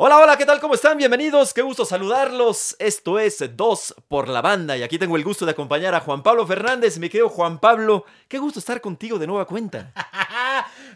Hola, hola, ¿qué tal? ¿Cómo están? Bienvenidos, qué gusto saludarlos. Esto es Dos por la Banda y aquí tengo el gusto de acompañar a Juan Pablo Fernández. Mi querido Juan Pablo, qué gusto estar contigo de nueva cuenta.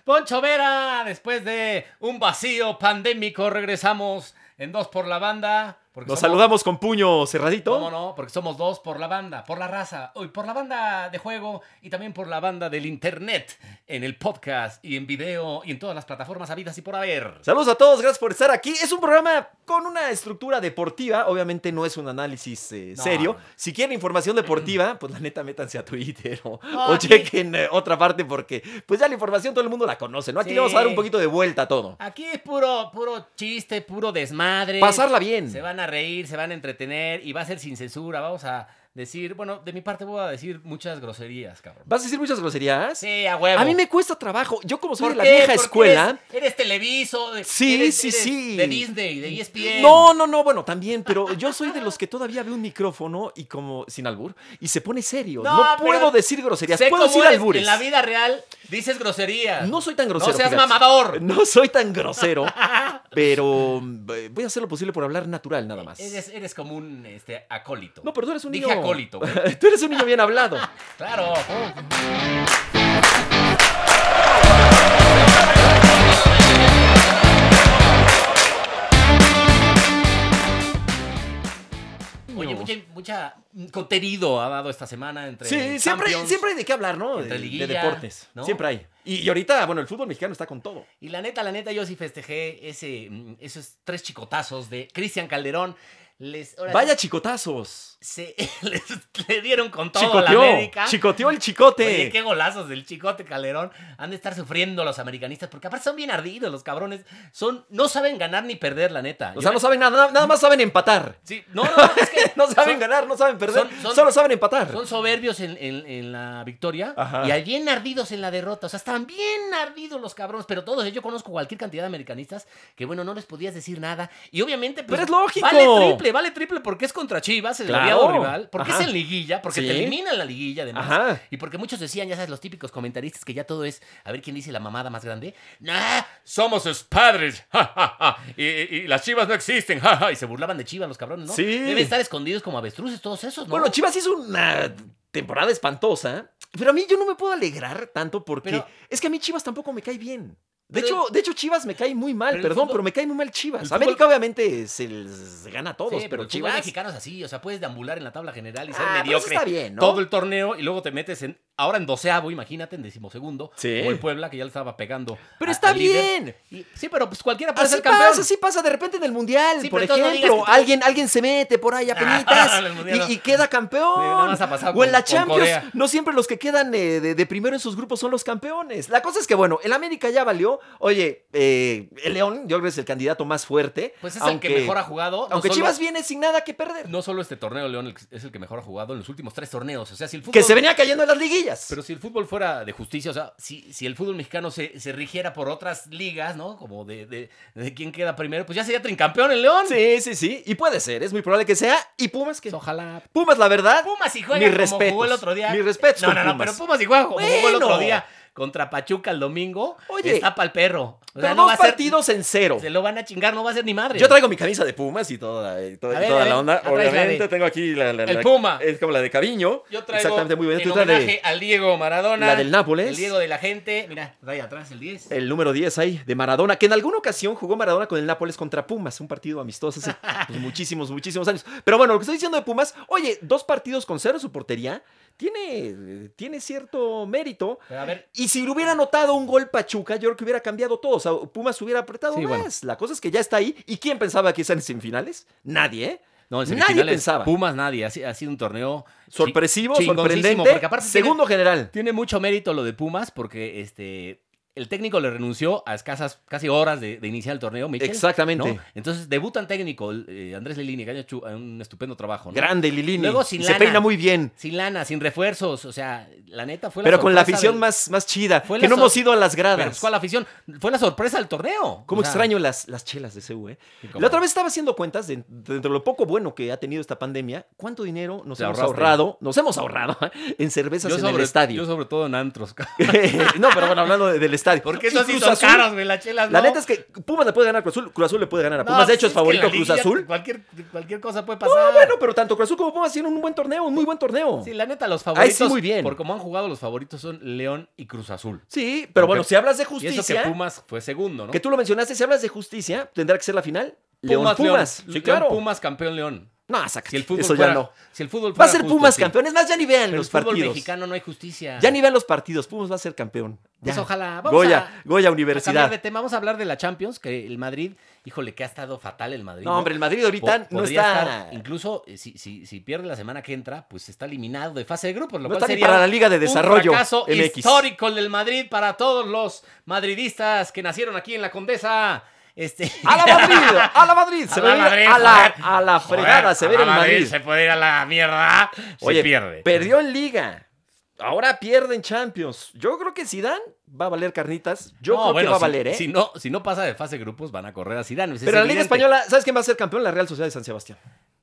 Poncho Vera, después de un vacío pandémico, regresamos en Dos por la Banda. porque Nos somos- saludamos con puño cerradito. ¿Cómo no? Porque somos dos por la banda, por la raza, hoy por la banda de juego y también por la banda del internet, en el podcast y en video y en todas las plataformas habidas y por haber. Saludos a todos, gracias por estar aquí. Es un programa con una estructura deportiva, obviamente no es un análisis eh, No. serio. Si quieren información deportiva, pues la neta métanse a Twitter o, No, o aquí- chequen eh, otra parte porque pues ya la información todo el mundo la conoce, ¿no? Aquí Sí. le vamos a dar un poquito de vuelta a todo. Aquí es puro, puro chiste, puro desmadre. Pasarla bien. Se van a reír, se van a entretener y va a ser sin censura. Vamos a decir, bueno, de mi parte voy a decir muchas groserías, cabrón. ¿Vas a decir muchas groserías? Sí, a huevo. A mí me cuesta trabajo. Yo como soy ¿Por de la qué? vieja Porque escuela. Eres, eres televiso. de- Sí, eres- sí, eres sí. De Disney, de E ESPN. No, no, no, bueno, también, pero yo soy de los que todavía veo un micrófono y como sin albur y se pone serio. No, No, pero puedo decir groserías, Sé puedo cómo decir eres, albures. En la vida real dices groserías. No soy tan grosero. No seas fíjate. mamador. No soy tan grosero, pero eh, voy a hacer lo posible por hablar natural nada más. Eres, eres como un este, acólito. No, pero tú eres un Dije niño. acólito, güey. tú eres un niño bien hablado. Claro. Oye, mucha, mucha mm, contenido ha dado esta semana entre Sí, siempre, Champions. siempre hay de qué hablar, ¿no? De, entre de liguilla, deportes. ¿no? Siempre hay. Y, y ahorita, bueno, el fútbol mexicano está con todo. Y la neta, la neta, yo sí festejé ese, mm, esos tres chicotazos de Cristian Calderón. Les, ahora Vaya sí chicotazos. se, les- le dieron con todo a la Chicoteó. América. Chicoteó el chicote. Oye, qué golazos del chicote Calderón. Han de estar sufriendo los americanistas, porque aparte son bien ardidos los cabrones. Son, no saben ganar ni perder, la neta. O sea, no saben nada, nada- nada más saben empatar. Sí, no, no, es que No saben son- ganar, no saben perder, son- son- solo saben empatar. Son soberbios en, en- en la victoria Ajá. y bien ardidos en la derrota. O sea, están bien ardidos los cabrones, pero todos. Yo conozco cualquier cantidad de americanistas que, bueno, no les podías decir nada. Y obviamente, pues, Pero es lógico. Vale triple, vale triple porque es contra Chivas, el Claro. odiado rival. Porque Ajá. es en liguilla, porque Sí. te eliminan la liguilla, además. Ajá. Y porque muchos decían, ya sabes, los típicos comentaristas que ya todo es a ver quién dice la mamada más grande. ¡Nah! ¡Somos sus padres! ¡Ja, ja, ja! Y, y las chivas no existen. ¡Ja, ja! Y se burlaban de chivas los cabrones, ¿no? Sí. Deben estar escondidos como avestruces todos esos, ¿no? Bueno, Chivas hizo una temporada espantosa, pero a mí yo no me puedo alegrar tanto porque Pero- es que a mí Chivas tampoco me cae bien. De, Pero- hecho, de hecho, Chivas me cae muy mal, Pero el perdón, fútbol- pero me cae muy mal Chivas. el fútbol- América obviamente se les gana a todos, Sí, pero pero el fútbol Chivas... mexicano es así, o sea, puedes deambular en la tabla general y ser Ah, pero eso mediocre está bien, ¿no? todo el torneo y luego te metes en ahora en doceavo, imagínate, en decimosegundo, Sí. o el Puebla que ya le estaba pegando. Pero a- está al líder. bien. Y- sí, pero pues cualquiera puede Así ser campeón. pasa, así pasa de repente en el Mundial, Sí, por pero entonces no ejemplo. digas que tú- alguien, alguien se mete por ahí a penitas en el Mundial no. y, y queda Nada campeón. más ha pasado o en con- la con Champions, Corea. no siempre los que quedan eh, de, de primero en sus grupos son los campeones. La cosa es que, bueno, el América ya valió. Oye, eh, el León, yo creo que es el candidato más fuerte. Pues es el que mejor ha jugado. no Aunque solo- Chivas viene sin nada que perder. No solo este torneo, León, el que- es el que mejor ha jugado en los últimos tres torneos. O sea, si el fútbol. que se venía cayendo en las liguillas. Pero si el fútbol fuera de justicia, o sea, si, si el fútbol mexicano se, se rigiera por otras ligas, ¿no? Como de, de, de quién queda primero, pues ya sería trincampeón el León. Pues Sí, sí, sí. Y puede ser, es muy probable que sea. Y Pumas que. Ojalá. Pumas, la verdad. Pumas y Mis juega como respetos. jugó el otro día. Mis respetos No, con no, no, Pumas. pero Pumas y juega como jugó el otro Bueno. día contra Pachuca el domingo. Oye. Está pa'l perro. O sea, Pero no dos va a ser- partidos en cero. se lo van a chingar, no va a ser ni madre. Yo traigo mi camisa de Pumas y toda, y toda, y A ver, toda a ver, la onda. ah, traes la Obviamente de- tengo aquí la, la- el la- Puma. Es como la de Caviño. Yo traigo Exactamente, muy bien. en Tú traes la de- homenaje al Diego Maradona. la del Nápoles. El Diego de la gente. Mira, está ahí atrás el 10. el número 10 ahí, de Maradona, que en alguna ocasión jugó Maradona con el Nápoles contra Pumas, un partido amistoso hace pues, muchísimos, muchísimos años. Pero bueno, lo que estoy diciendo de Pumas, oye, dos partidos con cero en su portería, tiene, tiene cierto mérito. Pero a ver, Y si le hubiera anotado un gol Pachuca, yo creo que hubiera cambiado todo. O sea, Pumas hubiera apretado Sí, más. bueno. La cosa es que ya está ahí. ¿Y quién pensaba que están en semifinales? Nadie, ¿eh? No, en Nadie semifinales, pensaba. Pumas nadie. Ha, si- ha sido un torneo chi- Sorpresivo, chingoncísimo, sorprendente. Porque aparte Segundo general. tiene, tiene mucho mérito lo de Pumas porque este el técnico le renunció a escasas casi horas de, de iniciar el torneo. Michel, Exactamente. ¿no? Entonces debutan técnico el, eh, Andrés Lilini, que ha hecho un estupendo trabajo. ¿no? Grande Lilini. Luego sin Y lana. Se peina muy bien. Sin lana, sin refuerzos. O sea, la neta fue la Pero con la sorpresa afición del- más, más chida. Fue Que la no sor- hemos ido a las gradas. Pero, pues, ¿Cuál afición? Fue la sorpresa del torneo. Cómo O sea, extraño las, las chelas de CU, ¿eh? y como- La otra vez estaba haciendo cuentas de, de- de lo poco bueno que ha tenido esta pandemia. ¿Cuánto dinero nos Te hemos ahorraste. ahorrado? Nos hemos ahorrado en cervezas Yo en sobre, el estadio. Yo sobre todo en antros. no, pero bueno, hablando de- del estadio. Y Porque esos sí Cruz son Azul, caros, güey, las chelas, La no. neta es que Pumas le puede ganar a Cruz Azul, Cruz Azul le puede ganar a Pumas. No, de hecho, es que la favorito Cruz liguilla, Azul. Cualquier, cualquier cosa puede No, pasar. bueno, pero tanto Cruz Azul como Pumas hicieron un buen torneo, un muy buen torneo. Sí, la neta, los Ahí favoritos. sí, muy bien. Por cómo han jugado, los favoritos son León y Cruz Azul. Sí, pero bueno, Aunque- si hablas de Y eso que justicia, Pumas fue segundo, ¿no? que tú lo mencionaste, si hablas de justicia, tendrá que ser la final. León Pumas, Pumas. León. Sí, Sí, claro. claro. Pumas, campeón León. No, sácate. Si el fútbol Eso fuera- ya no. Si el Va fútbol a fuera ser justo, Pumas sí. campeón. Es más, ya ni vean Pero los el fútbol partidos. mexicano no hay justicia. Ya ni vean los partidos. Pumas va a ser campeón. Pues Ya. ojalá. Vamos Goya, a, Goya a cambiar de Universidad. tema. Vamos a hablar de la Champions, que el Madrid, híjole, que ha estado fatal el Madrid. No, hombre, el Madrid ahorita Po- no podría está. estar- incluso eh, si, si, si pierde la semana que entra, pues está eliminado de fase de grupos, No lo cual está ni sería para la Liga de Desarrollo un fracaso MX. histórico el del Madrid para todos los madridistas que nacieron aquí en la Condesa. Este, ¡A la Madrid! ¡A la Madrid! Se A va la a ir Madrid, a la, joder. a la Joder, fregada, se ve a el Madrid. Se puede ir a la mierda. se Oye, pierde. Perdió en Liga. Ahora pierde en Champions. Yo creo que Zidane va a valer carnitas. Yo No, creo bueno, que va a si- valer, ¿eh? Si no, si no pasa de fase de grupos, van a correr a Zidane. pues es Pero la Liga evidente. Española, ¿sabes quién va a ser campeón? La Real Sociedad de San Sebastián.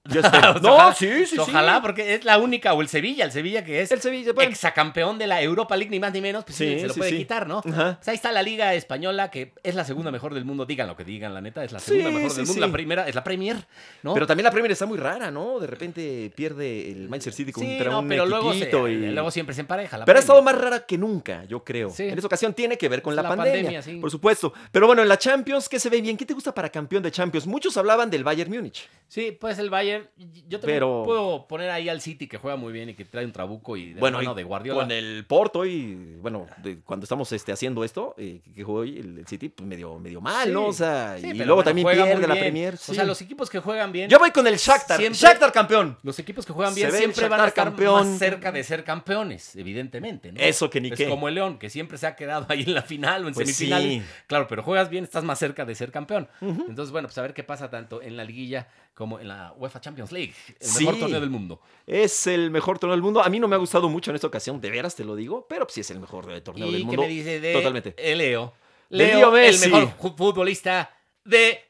Yo espero. Pues no, ojalá- sí, sí, sí. Ojalá, porque es la única, o el Sevilla, el Sevilla que es El Sevilla. bueno. exacampeón de la Europa League, ni más ni menos, pues sí, Sí, se lo sí, puede sí. quitar, ¿no? Ajá. Pues ahí está la Liga Española, que es la segunda mejor del mundo, digan lo que digan, la neta, es la Sí, segunda mejor del sí, mundo, la sí. primera es la Premier, ¿no? Pero también la Premier está muy rara, ¿no? De repente pierde el Manchester City sí, contra no, un pero luego, se- equipito y... luego siempre se empareja. la Pero ha Premier. estado más rara que nunca, yo creo. Sí. En esta ocasión tiene que ver con la, La pandemia, pandemia, sí. por supuesto. Pero bueno, en la Champions, ¿qué se ve bien? ¿Qué te gusta para campeón de Champions? Muchos hablaban del Bayern Múnich. Sí, pues el Bayern, yo también Pero- puedo poner ahí al City, que juega muy bien y que trae un trabuco y de bueno, mano y de Guardiola. con el Porto y, bueno, de- cuando estamos este, haciendo esto, eh, que jugó hoy el, el City, pues medio, medio mal, Sí. ¿no? O sea, Sí, y pero luego bueno, también juega muy pierde la bien. Premier. O sí. sea, los equipos que juegan bien... Yo voy con el Shakhtar. Siempre- Shakhtar campeón. Los equipos que juegan Se bien ve el siempre van a Shakhtar estar campeón. más cerca de ser campeones, evidentemente. ¿no? Eso que ni Es qué. como el León, que siempre se ha quedado ahí en la final o en Pues semifinales. sí. Claro, pero juegas bien, estás más cerca de ser campeón. Entonces, bueno, pues a ver qué pasa tanto en la liguilla como en la UEFA Champions League, el mejor Sí. torneo del mundo. Es el mejor torneo del mundo. A mí no me ha gustado mucho en esta ocasión, de veras te lo digo, pero pues, sí es el mejor eh, torneo ¿Y del qué mundo. me dice de Totalmente. eh, Leo? De Leo, Leo el Messi. mejor ju- futbolista de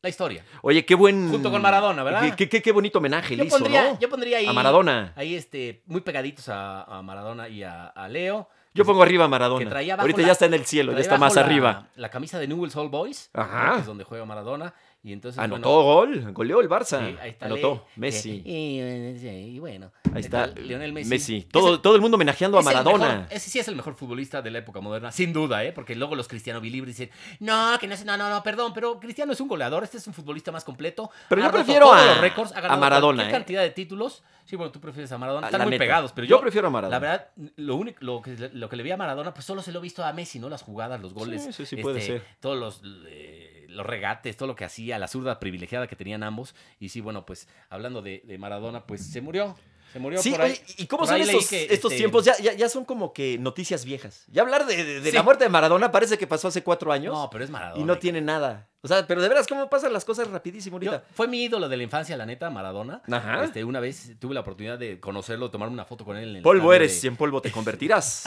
la historia. Oye, qué buen. Junto con Maradona, ¿verdad? Qué- Qué, qué- qué bonito homenaje le Yo hizo, pondría, ¿no? yo pondría ahí, A Maradona. ahí este, muy pegaditos a, a Maradona y a, a Leo. Yo pongo arriba a que Maradona. traía abajo Ahorita la- ya está en el cielo, ya Trae está bajo más la- arriba. La camisa de Newell's All Boys, Ajá. que es donde juega Maradona. Y entonces, Anotó gol, goleó el Barça. bueno, sí, ahí está Anotó Le- Messi. Y, y- y bueno, Ahí está Lionel Messi. Todo, Es el- todo el mundo homenajeando a es el Maradona. Ah, mejor- ese sí es el mejor futbolista de la época moderna, sin duda, ¿eh? Porque luego los Cristiano Bilibri dicen, no, que no es, no, no, no, perdón, pero Cristiano es un goleador, este es un futbolista más completo. Pero ha yo roto prefiero todos a- los récords, ha a ganado Maradona, cualquier ¿eh? Ah, cantidad de títulos. Sí, bueno, tú prefieres a Maradona, La están muy neta. pegados, pero yo, yo, prefiero a Maradona. la verdad, lo único, lo que, lo que le vi a Maradona, pues solo se lo he visto a Messi, ¿no? Las jugadas, los goles. este, Sí, sí, sí, puede ser. Todos los, eh, los regates, todo lo que hacía, la zurda privilegiada que tenían ambos. Y sí, bueno, pues hablando de, de Maradona, pues se murió. Se murió Sí, por ahí. oye, ¿y cómo por son ahí leí estos, que, estos este, tiempos? Ya, ya, ya son como que noticias viejas. Ya hablar de, de- de Sí. la muerte de Maradona parece que pasó hace cuatro años No, pero es Maradona. y no tiene nada. O sea, pero de veras, ¿cómo pasan las cosas rapidísimo Yo- ahorita? fue mi ídolo de la infancia, la neta, Maradona. Ajá. Este, una vez tuve la oportunidad de conocerlo, tomarme una foto con él. En el polvo estadio eres y de- en polvo te convertirás.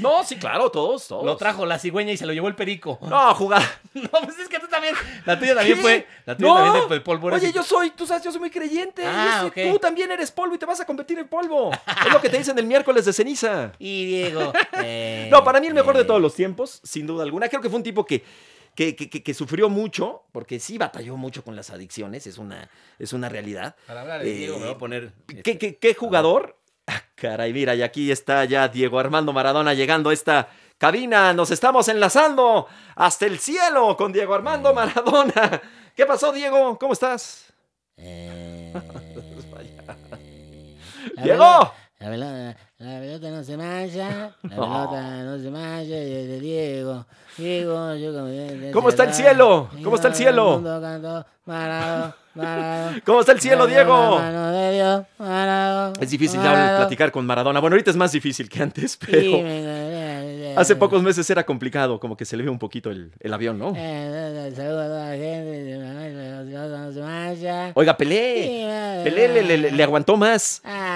no, sí, claro, todos, todos. Lo trajo la cigüeña y se lo llevó el perico. No, No, jugar. pues es que tú también. La tuya también ¿Qué? fue. La tuya No. también fue polvo eres Oye, y- yo soy, tú sabes, yo soy muy creyente. Yo Ah, soy- ok. Tú también eres polvo y te vas a convertir en polvo. es lo que te dicen el miércoles de ceniza. Y Diego. eh, No, para mí el mejor eh, de todos los tiempos, sin duda alguna. Creo que fue un tipo que, que, que- que- que sufrió mucho, porque sí batalló mucho con las adicciones, es una, es una realidad. Para hablar de Eh, Diego me voy a poner. este, ¿Qué, qué- qué jugador? Ah, caray, mira, y aquí está ya Diego Armando Maradona llegando a esta cabina. Nos estamos enlazando hasta el cielo con Diego Armando Maradona. ¿Qué pasó, Diego? ¿Cómo estás? Eh, la ¡Diego! pelota- La pelota, la pelota no se mancha, la No. pelota no se mancha, y es de Diego. Diego, yo como- ¿Cómo está el cielo? ¿Cómo está el cielo? Mundo cantó, Marado, Marado. ¿Cómo está el cielo, Marado, la Diego? mano de Dios, Marado, Es difícil ya Marado. platicar con Maradona. Bueno, ahorita es más difícil que antes, Y pero me encontré- hace eh. pocos meses era complicado, como que se le ve un poquito el, el avión, ¿no? Eh, Saludos a toda la gente, la pelota no se mancha. Oiga, Pelé. Pelé le, le- le- le aguantó más. Ah,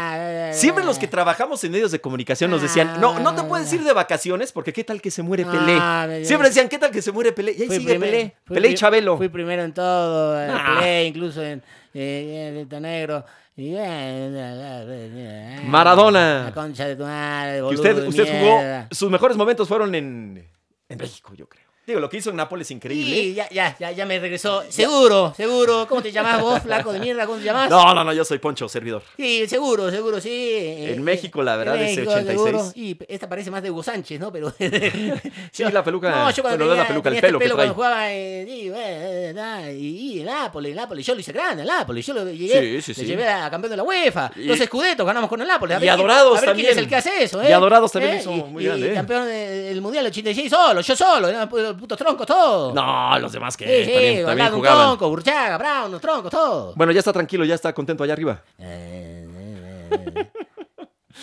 Siempre los que trabajamos en medios de comunicación nos decían, no, no te puedes ir de vacaciones porque qué tal que se muere Ah, Pelé. me- Siempre decían, ¿qué tal que se muere Pelé? Y ahí Fui sigue primer- Pelé. fui Pelé y pri- Chabelo. Fui primero en todo, eh, Ah. Pelé, incluso en eh, eh, Grito Negro. Y, eh, Maradona. La concha de tu madre, Que boludo usted, de usted mierda. jugó, sus mejores momentos fueron en, en México, yo creo. Digo, lo que hizo en Nápoles es increíble. Sí, ya, ya, ya, ya me regresó. Seguro, seguro. ¿Cómo te llamás vos, flaco de mierda? ¿Cómo te llamás? No, no, no, yo soy Poncho, servidor. Sí, seguro, seguro, sí. Eh, En México, la verdad, ese México, seguro. 86. Y esta parece más de Hugo Sánchez, ¿no? Pero. Sí, la peluca. No, yo cuando bueno, no es tenía, la peluca, el tenía este pelo que trae. cuando jugaba, eh, sí, eh, eh, da, y, y el Nápoles, el Nápoles, yo lo hice grande, el Nápoles, yo lo llegué, Sí, sí, lo sí. llevé a campeón de la UEFA, Y- los escudetos ganamos con el Nápoles, a y ver, quién- Adorados a ver quién también. es el que hace eso, ¿eh? Y Adorados también ¿Eh? hizo Y- muy y grande, ¿eh? campeón de- del Mundial 86 solo, yo solo, eran los putos troncos todos. No, los demás que Oh. Sí, sí, también, también Holgado un jugaban. tronco, Burchaga, Brown, los troncos todos. Bueno, ya está tranquilo, ya está contento allá arriba. Eh, eh, eh.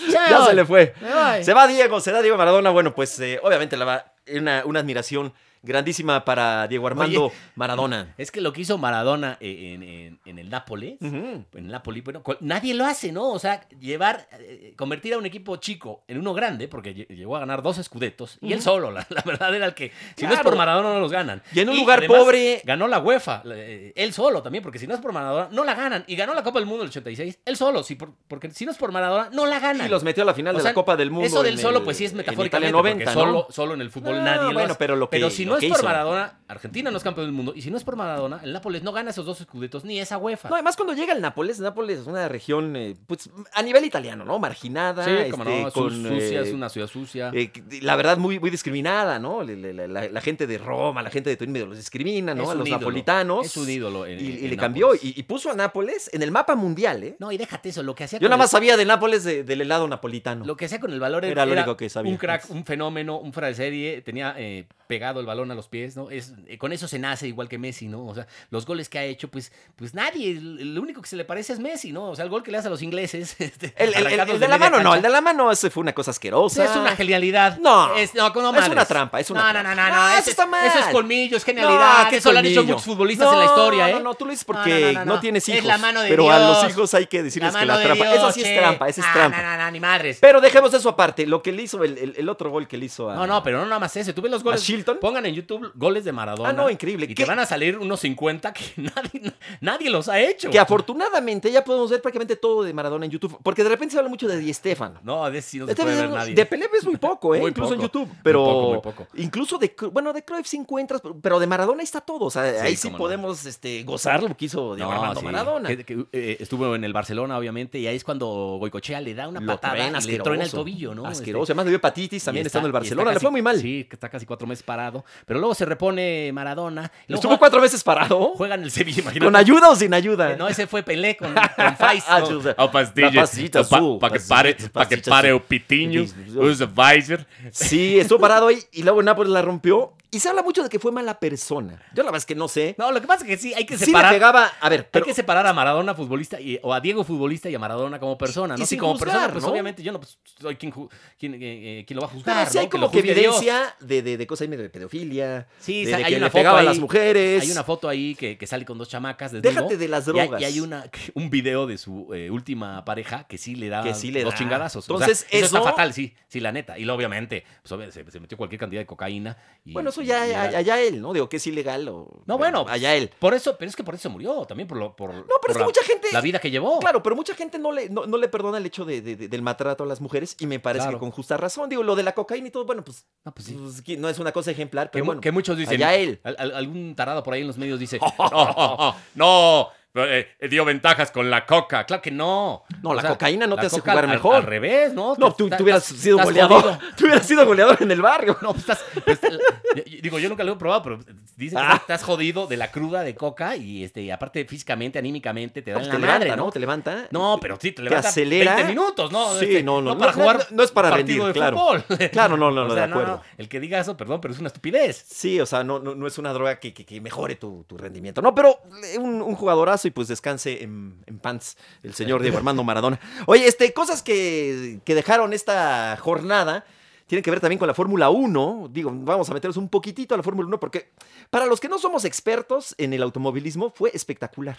Ya me Ya se voy. le fue. Me voy. Se va Diego, se da Diego Maradona. Bueno, pues eh, obviamente la va- una, una admiración grandísima para Diego Armando Oye. Maradona. Es que lo que hizo Maradona eh, en, en- en el Nápoles, Ujú. en el Nápoles, bueno, cual- nadie lo hace, ¿no? O sea, llevar, eh, convertir a un equipo chico en uno grande, porque lle- llegó a ganar dos escudetos, y él solo, la, la verdad era el que, si no es por Claro. Maradona no los ganan. Y en un lugar pobre- Ganó la UEFA, la- eh, él solo también, porque si no es por Maradona no la ganan. Y ganó la Copa del Mundo del 86, él solo, si por- porque si no es por Maradona no la ganan. Y los metió a la final O de sea, la Copa del Mundo. Eso del en solo, el- pues sí es en metafóricamente. Italia porque 90, ¿no? solo, solo en el fútbol No, nadie lo bueno, hace. pero lo que- si lo no que es por hizo. Maradona, Argentina no es campeón del mundo. Y si no es por Maradona, el Nápoles no gana esos dos escudetos ni esa UEFA. No, además cuando llega el Nápoles, Nápoles es una región eh, pues, a nivel italiano, ¿no? Marginada, sí, como este, no, es con, un- sucia, eh, es una ciudad sucia. eh, que- la verdad muy, muy discriminada, ¿no? Le- le- La, la- la gente de Roma, la gente de Turín medio los discrimina, ¿no? Es a un los ídolo, napolitanos. Es un ídolo. en- y, y en- le en cambió Nápoles. y, y puso a Nápoles en el mapa mundial, ¿eh? No, y déjate eso, lo que hacía Yo con nada el- más sabía de Nápoles de- del helado napolitano. Lo que hacía con el valor era, Era lo era único que sabía. un crack, un fenómeno, un fuera de serie, tenía eh, pegado el balón a los pies, ¿no? Es, eh, con eso se nace igual que Messi, ¿no? O sea, los goles que ha hecho, pues, pues nadie, el, el único que se le parece es Messi, ¿no? O sea, el gol que le hace a los ingleses. este, El, el- el- el arrancados de la media mano, no, el cancha. de la mano ese fue una cosa asquerosa. es una genialidad. No. es, no, no, Es madres. una trampa, es una no, trampa. No, no, no, No, ese- eso está mal. Eso es colmillo, es genialidad. No, qué eso lo han hecho colmillo. muchos futbolistas en la historia, ¿eh? No, no, tú lo dices No, no, porque no, no, no, no. tienes Es hijos. la mano de pero a Dios. los hijos hay que decirles que mano la de trampa. Dios, eso sí che. es trampa, esa es Ah, trampa. No, no, no, ni madres. Pero dejemos eso aparte, lo que le hizo, el, el- el otro gol que le hizo a. No, no, pero no nada más ese. Tú ves los goles. Shilton? Pongan en YouTube goles de Maradona. Ah, no, increíble. Y ¿Qué? te van a salir unos 50 que nadie, nadie los ha hecho. Que afortunadamente ya podemos ver prácticamente todo de Maradona en YouTube. Porque de repente se habla mucho de Di Stefano. No, de ese sí no se Este puede ver video nadie. De Pelé es muy poco, ¿eh? Muy incluso en poco, YouTube. muy Pero poco, muy poco. incluso de, Cru- bueno, de Cruyff sí encuentras, pero- pero de Maradona ahí está todo. O sea, ahí sí cómo no. podemos este, gozar lo que hizo Diego Armando sí. Maradona. Que- que, eh, estuvo en el Barcelona, obviamente, y ahí es cuando Goicochea le da una Lo patada traen y le truena el tobillo, ¿no? Asqueroso. Este, Además le dio hepatitis también y está- estando en el y está Barcelona. Le casi- fue muy mal. Sí, que está casi cuatro meses parado. Pero luego se repone Maradona. y Luego Estuvo juega, cuatro veces parado. juega en el Sevilla, imagínate. ¿Con ayuda o sin ayuda? Eh, No, ese fue Pelé con, con Fais. Ah, ¿no? yo sé. Ó, pastilha. Na pastita Ó, pa- azul, pra que pastita, pare, pastita pra que azul. pare o pitinho, usa Weiser. Sí, estuvo parado ahí y luego en Nápoles la rompió. Y se habla mucho de que fue mala persona. Yo la verdad es que no sé. No, lo que pasa es que sí, hay que sí le separar. pegaba. A ver, pero Hay que separar a Maradona futbolista y, o a Diego futbolista y a Maradona como persona, Y- ¿no? y Sí, sin como juzgar, persona, pues ¿no? obviamente yo no pues, soy quien, ju- quien, eh, eh, quien lo va a juzgar. Pero sí hay ¿no? como lo que juzgue Dios. evidencia de, de, de cosas ahí medio de pedofilia. Sí, de, sa- de hay que una le foto pegaba ahí. a las mujeres. Hay una foto ahí que, que sale con dos chamacas. desnudo, Déjate de las y hay- drogas. Y hay, una, un video de su eh, última pareja que sí le da Que sí le dos da. chingadazos. Entonces, eso está eso- fatal, sí, sí, la neta. Y luego, obviamente, pues, obvio, se, se metió cualquier cantidad de cocaína. y- Bueno, eso ya y era- a- allá él, ¿no? Digo que es ilegal o. No, bueno, Allá él. Por eso, pero es que por eso se murió, también por lo. Por, no, pero es que mucha gente- La vida que llevó. Claro, pero mucha gente no le, no, no le perdona el hecho de, de- de- del maltrato a las mujeres y me parece Claro. que con justa razón. Digo, lo de la cocaína y todo, bueno, pues, No, pues sí. pues, que no es una cosa ejemplar, Que, pero mu- bueno. que muchos dicen. allá él. al- al- algún tarado por ahí en los medios dice. Ó, ó, ó, No, eh, dio ventajas con la coca. Claro que no. No, la cocaína no la te hace coca jugar al- mejor. Al revés, ¿no? No, tú, Estás- tú hubieras estás- sido estás goleador. jodido. Tú hubieras sido goleador en el barrio. No, pues estás. pues, eh, yo- yo- digo, yo nunca lo he probado, pero dicen que Ah. estás jodido de la cruda de coca y este, y aparte físicamente, anímicamente, te No, dan pues te la madre, levanta, ¿no? ¿no? Te levanta. No, pero sí, te Te levanta acelera. 20 minutos, ¿no? Sí, Este, no, no, para no, jugar no, no es para partido rendir, de claro. fútbol. Claro, no, no, O no, sea, de acuerdo. el que diga eso, perdón, pero es una estupidez. Sí, o sea, no, no, no es una droga que, que- que mejore tu, tu rendimiento. No, pero eh, un, un jugadorazo y pues descanse en, en pants el señor Diego Armando Maradona. Oye, este, cosas que, que dejaron esta jornada tienen que ver también con la Fórmula 1. Digo, vamos a meternos un poquitito a la Fórmula 1 porque para los que no somos expertos en el automovilismo fue espectacular.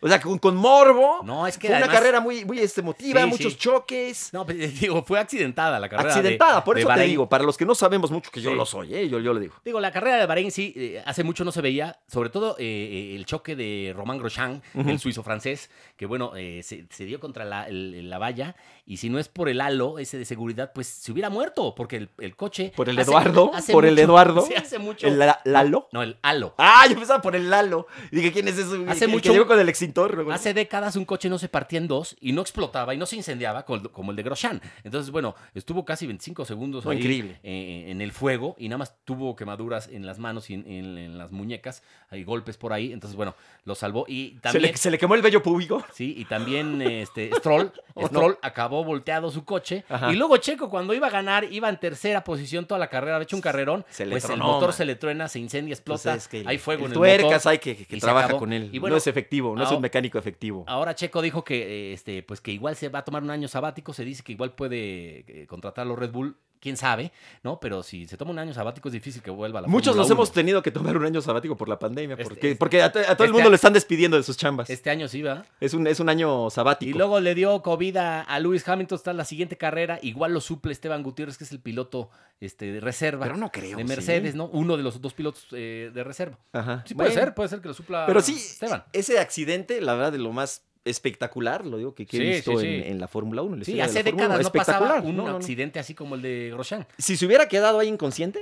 O sea, con, con morbo. No, es que fue además- una carrera muy, muy este, emotiva, Sí, muchos sí. choques. No, pues, digo, fue accidentada la carrera. de- Accidentada, por de eso te Bahrein. digo, para los que no sabemos mucho, que yo Sí. lo soy, ¿eh? yo, yo le digo. Digo, la carrera de Bahrein sí, eh, hace mucho no se veía, sobre todo eh, eh, el choque de Román Grosjean, el suizo-francés, que bueno, eh, se, se dio contra la, el- la valla, y si no es por el halo ese de seguridad, pues se hubiera muerto, porque el, el coche... ¿Por el Eduardo? ¿Por el Eduardo? Sí, hace mucho. ¿El la- Lalo? No, el halo. Ah, yo pensaba por el Lalo. Dije, ¿quién es eso? Hace el mucho- Que llegó con el extintor. ¿no? Hace décadas un coche no se partía en dos y no explotaba y no se incendiaba col- como el de Grosjean. Entonces, bueno, estuvo casi 25 segundos No, ahí, increíble. eh, en el fuego y nada más tuvo quemaduras en las manos y en, en- en las muñecas. Hay golpes por ahí. Entonces, bueno, lo salvó. Y se, también, le, se le quemó el vello público. sí, y también este, Stroll, Oh, Stroll acabó volteado su coche. Ajá. Y luego Checo, cuando iba a ganar, iba en tercera posición toda la carrera, había hecho un carrerón. Se le pues el tronó, motor man. se le truena, se incendia, explota. Pues es que hay fuego en el tuercas motor. hay que, que- que y se trabaja acabó. con él. Y bueno, no es efectivo, no es ahora- un mecánico efectivo. Ahora Checo dijo que eh, este, pues que igual se va a tomar un año sabático, se dice que igual puede eh, contratar a los Red Bull, quién sabe, ¿no? Pero si se toma un año sabático es difícil que vuelva a la Muchos Fórmula nos 1. hemos tenido que tomar un año sabático por la pandemia, Este- porque, porque a, to- a todo el este mundo a- le están despidiendo de sus chambas. Este año sí, ¿verdad? es, un, es un año sabático. Y luego le dio COVID a, a Lewis Hamilton hasta la siguiente carrera, igual lo suple Esteban Gutiérrez, que es el piloto este, de reserva Pero no creo. de ¿sí? Mercedes, ¿no? Uno de los dos pilotos eh, de reserva. Ajá. Sí puede Bueno, ser, puede ser que lo supla Pero sí, Esteban. ese accidente, la verdad, de lo más espectacular, lo digo, que, que Sí, he visto sí, en, sí. en la Fórmula 1. en la Sí, historia de hace la Fórmula décadas 1, no pasaba espectacular, un no, no, no. accidente así como el de Grosjean. Si se hubiera quedado ahí inconsciente,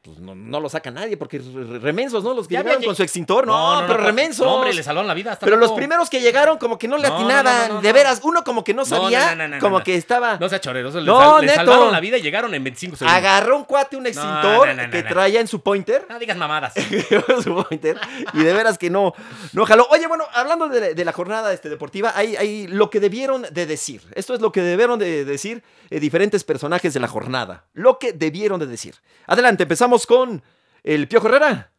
pues no, no lo saca nadie, porque re- re- remensos, ¿no? Los que Ya llegaron había con su extintor, no, pero pues, remensos. no, hombre, le salvaron la vida. hasta pero los luego. primeros que llegaron como que no le No, no, no, atinaban, no, no, de no. veras, uno como que no No, no, sabía, no, no, no, como no. que estaba... No sea choreros, le, No, sal- le neto. salvaron la vida y llegaron en 25 segundos. Agarró un cuate, un extintor no, no, no, que no. traía en su pointer. No digas mamadas. su pointer, y de veras que no, no jaló. Oye, bueno, hablando de, de la jornada este, deportiva, hay, hay lo que debieron de decir. Esto es lo que debieron de decir eh, diferentes personajes de la jornada. Lo que debieron de decir. Adelante, empezamos con el Piojo Herrera.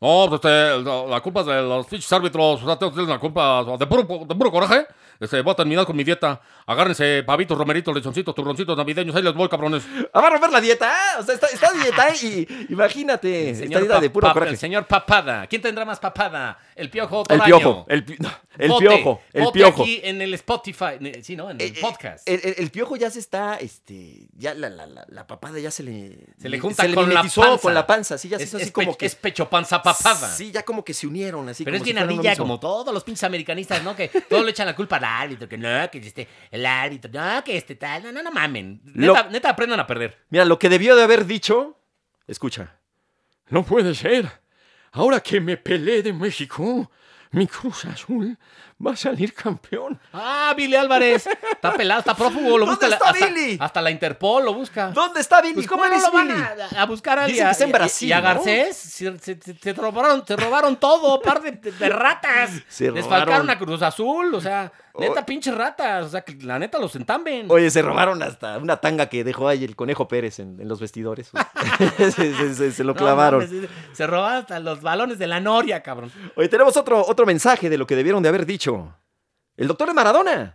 No, pues este, la, la culpa es de los pinches árbitros. O sea, tengo una culpa de puro, de puro coraje. Este, voy a terminar con mi dieta. Agárrense pavitos, romeritos, lechoncitos, turroncitos navideños. Ahí les voy, cabrones. Ah, Va a romper la dieta, ¿eh? o sea, está, está dieta y imagínate, El está dieta de Pap- puro Pap- coraje. El señor Papada. ¿Quién tendrá más papada? El piojo. El Toraño. piojo, el, pi- no, el Vote, piojo, el vote piojo. aquí en el Spotify. ne- Sí, ¿no? En Eh, el eh, podcast. El, el- el piojo ya se está, este, ya la, la, la, la papada ya se le... Se le junta con la mimetizó panza. con la panza, sí, ya se es, hizo así es como pech- que... es pecho panza papada. Sí, ya como que se unieron, así Pero como es si bien fueran uno ardilla, mismo. como todos los pinches americanistas, ¿no? Que todos le echan la culpa al árbitro, que no, que este, el árbitro, no, que este tal, no, no, no mamen. Lo- Neta, neta, aprendan a perder. Mira, lo que debió de haber dicho, escucha. No puede ser. Ahora que me peleé de México, mi Cruz Azul va a salir campeón. Ah, Billy Álvarez. Está pelado, está prófugo. Lo ¿Dónde busca la- está hasta, Billy? hasta la Interpol lo busca. ¿Dónde está Billy? Pues, ¿Cómo no eres lo van Billy? a, a buscar a Dicen que está en y a- Brasil, Y a ¿no? Garcés se, se- se- se robaron, se robaron todo, par de, de- de ratas. Se robaron. Desfalcaron a Cruz Azul, o sea, neta, Oh. pinches ratas. O sea, que la neta los entamben. Oye, se robaron hasta una tanga que dejó ahí el conejo Pérez en, en los vestidores. se, se- se- se lo No, clavaron. mames, se- se robaron hasta los balones de la Noria, cabrón. Oye, tenemos otro, otro mensaje de lo que debieron de haber dicho. El doctor de Maradona.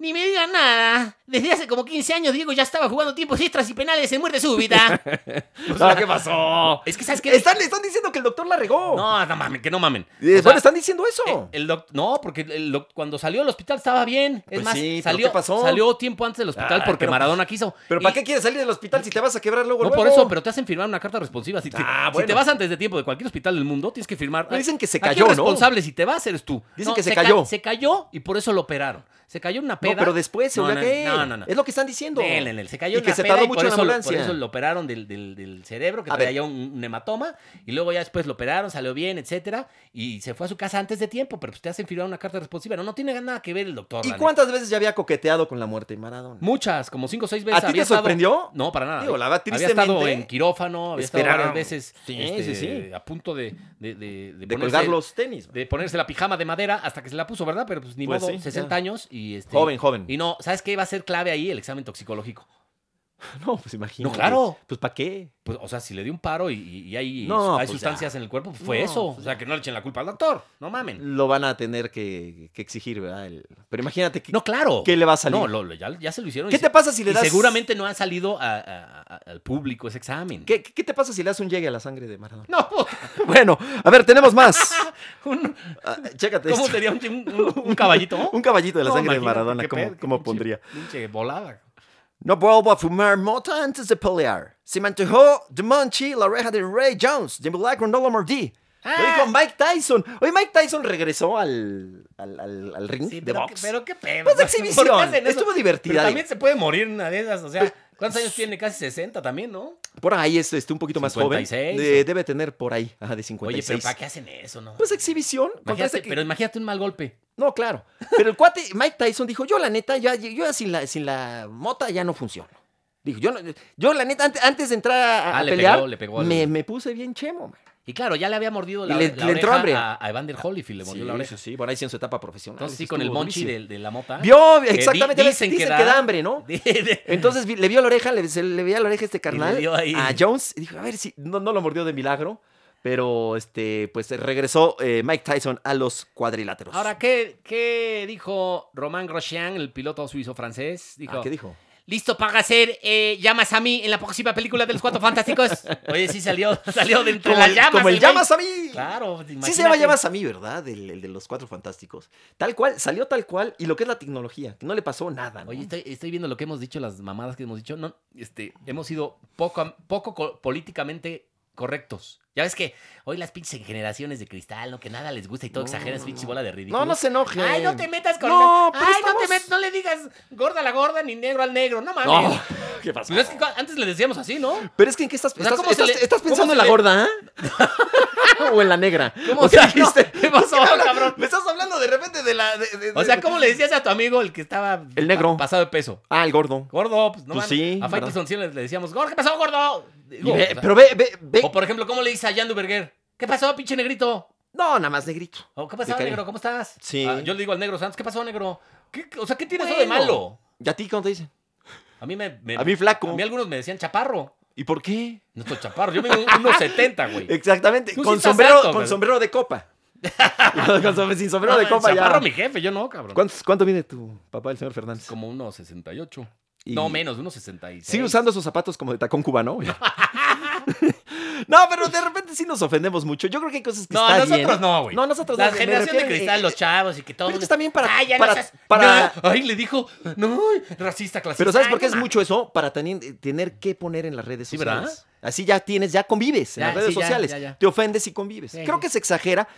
Ni me digan nada. Desde hace como 15 años Diego ya estaba jugando tiempos extras y penales en muerte súbita. Pues, No, ¿Qué pasó? Es que, ¿sabes qué? Están, le están diciendo que el doctor la regó. No, no mamen, que no mamen. Eh, O sea, bueno, están diciendo eso. Eh, el doc- no, porque el doc- cuando salió del hospital estaba bien. Es Pues más, sí, ¿pero salió, qué pasó? salió tiempo antes del hospital Ay, porque pero- pues, Maradona quiso. pero ¿para Y- qué quieres salir del hospital si te vas a quebrar luego? No, luego? por eso, pero te hacen firmar una carta responsiva. Si te, Ah, si bueno. te vas antes de tiempo de cualquier hospital del mundo, tienes que firmar. Pero dicen que se Aquí cayó, el ¿no? responsable si te vas eres tú. Dicen No, que se ca- cayó. se cayó y por eso lo operaron. Se cayó en una No, peda. pero después se no, volvió no, a caer. No, no, no. Es lo que están diciendo. Nel, nel, nel. Se cayó Y en que una se peda tardó y mucho por en la eso, lo- ambulancia. por eso lo operaron del, del- del cerebro, que A ver. traía un, un hematoma, y luego ya después lo operaron, salió bien, etcétera, y se fue a su casa antes de tiempo, pero pues te hacen firmar una carta responsiva. No, no tiene nada que ver el doctor. ¿Y la cuántas veces ya había coqueteado con la muerte de Maradona? neta. Muchas, como cinco o seis veces. ¿A ti te había estado- sorprendió? No, para nada. Digo, la verdad, había estado tristemente, ¿eh? en quirófano, había esperaron. estado varias veces Sí, este, sí, sí. a punto de, de, de, De ponerse- colgar los tenis. man. de ponerse la pijama de madera hasta que se la puso, ¿verdad? Pero pues ni Pues modo, sí, 60 ya. años y este. Joven, joven. Y no, ¿sabes qué? Va a ser clave ahí el examen toxicológico. No, pues imagínate. claro. Pues ¿para qué? Pues, o sea, si le dio un paro y, y hay, No, hay pues sustancias en el cuerpo, pues fue No, eso. pues o sea, que no le echen la culpa al doctor. No mamen. Lo van a tener que, que exigir, ¿verdad? El- Pero imagínate que... No, claro. ¿Qué le va a salir? No, lo- lo- ya, ya se lo hicieron. y ¿Qué te se- pasa si le y das... seguramente no ha salido a- a- a- al público ese examen. ¿Qué, qué te pasa si le das un llegue a la sangre de Maradona? No, pues, Bueno, a ver, tenemos más. un- Ah, chécate ¿cómo esto. sería un, un- un caballito? Un caballito de la No, sangre de imagínate Maradona, qué ¿cómo, pedo, qué cómo pinche- pondría? pinche volada. No vuelvo a fumar mota antes de pelear. Se me antojó de Monchi, la oreja de Ray Jones, de Black no lo mordí. Ah. Lo dijo Mike Tyson. Hoy Mike Tyson regresó al, al, al- al ring Sí, de pero, box. qué- pero qué pena. Pues de exhibición. Estuvo divertida, digo. Pero Pues, también se puede morir una de esas. O sea, ¿cuántos años tiene? Casi 60 también, ¿no? Por ahí es este, un poquito más joven. 56, De- o- debe tener por ahí, ajá, de Oye, 56. pero ¿para qué hacen eso, no? Pues exhibición. contra Imagínate- este que- Pero imagínate un mal golpe. No, claro. Pero el cuate, Mike Tyson dijo, yo la neta, ya, yo ya sin la, sin la mota ya no funciono. Dijo, yo, no- yo la neta, antes, antes de entrar a, a Ah, le pelear, pegó, le pegó al- me, me puse bien chemo. man. Y claro, ya le había mordido Y la, le- la le entró oreja hambre. a, a Evander Holyfield, le mordió la oreja. sí, por ahí sí en su etapa profesional. Entonces sí, eso con el estuvo monchi durísimo. de, de la mota. Vio, que di- exactamente, dicen dicen, que que, da, da- hambre, ¿no? De- de- Entonces vi- le vio la oreja, le, se le veía la oreja a este carnal, dio ahí. a Jones, y dijo, a ver si, no, no lo mordió de milagro, pero este, pues regresó eh, Mike Tyson a los cuadriláteros. Ah, Ahora, ¿qué, ¿qué dijo Romain Grosjean, el piloto suizo-francés? Ah, Dijo, ¿qué dijo? ¿Listo para hacer eh, llamas a mí en la próxima película de los Cuatro Fantásticos? oye, sí salió, salió de entre Como las el- llamas. como el güey. llamas a mí. Claro, Sí se llama imagínate. Llamas a mí, ¿verdad? El, el de los cuatro fantásticos. Tal cual, salió tal cual. Y lo que es la tecnología, que no le pasó nada. ¿no? Oye, estoy, estoy viendo lo que hemos dicho, las mamadas que hemos dicho. No, este, hemos sido poco, poco co- políticamente correctos. Ya ves que hoy las pinches generaciones de cristal, ¿no? Que nada les gusta y todo No, exageras, no, pinche no. bola de ridículo. no, no se enoje. Ay, no te metas con No, no, pero Ay, no estamos- te metas, no le digas gorda a la gorda ni negro al negro. No mames. No, ¿qué pasó? Pues es que antes le decíamos así, ¿no? Pero es que en qué estás, sea, estás, ¿cómo se estás- le- estás cómo pensando se en la le- gorda, ¿eh? o en la negra. ¿Cómo o se sea, le- dijiste, ¿Qué pasó, ¿qué habla? cabrón? Me estás hablando de repente de la. de- de- O sea, de- ¿cómo le decías a tu amigo el que estaba El negro. pa- pasado de peso? Ah, el gordo. Gordo, pues no Pues mames. sí, A ¿verdad? Faitelson siempre le decíamos, gordo, ¿qué pasó, gordo? Y Digo, ve- o sea, pero ve, ve, ve. O por ejemplo, ¿cómo le dices a Jan Berger? ¿Qué pasó, pinche negrito? No, nada más negrito. O, ¿Qué De pasó, cariño. negro? ¿Cómo estás? Sí. Ah, yo le digo al negro Santos, ¿qué pasó, negro? ¿Qué- o sea, ¿qué tiene eso de Bueno. malo? ¿Y a ti cómo te dicen? A mí me, me- A mí flaco. a mí algunos me decían chaparro. ¿Y por qué? No estoy chaparro, yo mido unos 70, güey. Exactamente. Tú sí Con estás sombrero, alto, con pero- sombrero de copa. Con som- sin sombrero de Ah, copa ya. chaparro mi jefe, yo no, cabrón. ¿Cuántos- ¿Cuánto mide tu papá, el señor Fernández? Como unos 68. Y- No, menos, unos 66. Sigue usando sus zapatos como de tacón cubano. güey. no, pero de repente sí nos ofendemos mucho. Yo creo que hay cosas que No, está nosotros bien. ¿eh? no, güey. No, nosotros La no. me generación de refiero, cristal, eh, los chavos y que todo. pero es que también para- Ay, ya no para- seas- para- No, Ay, le dijo. No, racista, clasista. Pero ¿sabes por qué Ay, es no mucho eso? Para tener, eh, tener que poner en las redes Sí, sociales. ¿verdad? Así ya tienes, ya convives en Ya, las redes sí, ya, sociales. ya, ya. Te ofendes y convives. Sí, Creo sí. que se exagera.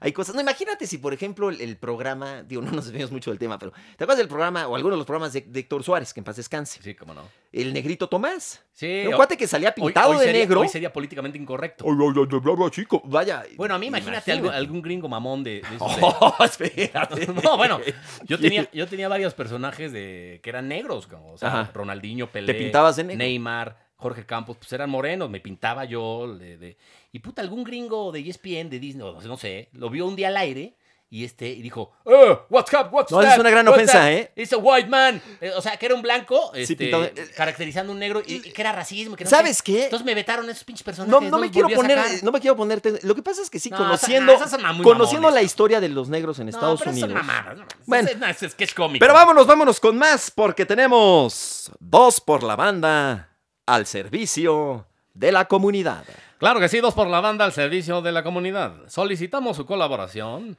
Hay cosas. No, imagínate si, por ejemplo, el, el programa. Digo, no nos desviamos mucho del tema, pero. ¿Te acuerdas del programa o alguno de los programas de, de Héctor Suárez, que en paz descanse? mames. Sí, cómo no. El negrito Tomás. Sí. Era un o- cuate que salía hoy- pintado hoy de sería- negro. Hoy sería políticamente incorrecto. Ay, ay, ay, bla, bla, chico. Vaya. Bueno, a mí imagínate algo- algún gringo mamón de, de esos de- Oh, espérate. No, bueno, yo tenía, yo tenía varios personajes de que eran negros, como, o sea, Ajá. Ronaldinho, Pelé, Te pintabas de negro. Neymar, Jorge Campos, pues eran morenos, me pintaba yo de, de- y puta algún gringo de E ESPN, de Disney, o no sé, no sé, lo vio un día al aire y este y dijo, "Eh, what's up, what's No, that? esa es una gran What's ofensa, that? ¿eh? It's a white man." Eh, o sea, que era un blanco, este, pintado de- eh, caracterizando a un negro y, y que era racismo, que no ¿Sabes sé. qué? Entonces me vetaron esos pinches personajes. No, no me los quiero volví a poner, sacar. no me quiero ponerte. Lo que pasa es que sí, No, conociendo, esas son muy conociendo la mamones. historia de los negros en No, Estados pero Unidos. Son mamadas, no, mames. Bueno. es, es- no, es sketch cómico. Pero vámonos, vámonos con más, porque tenemos dos por la banda al servicio de la comunidad. Claro que sí, dos por la banda al servicio de la comunidad. Solicitamos su colaboración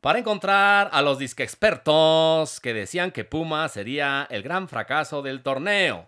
para encontrar a los disquexpertos que decían que Puma sería el gran fracaso del torneo.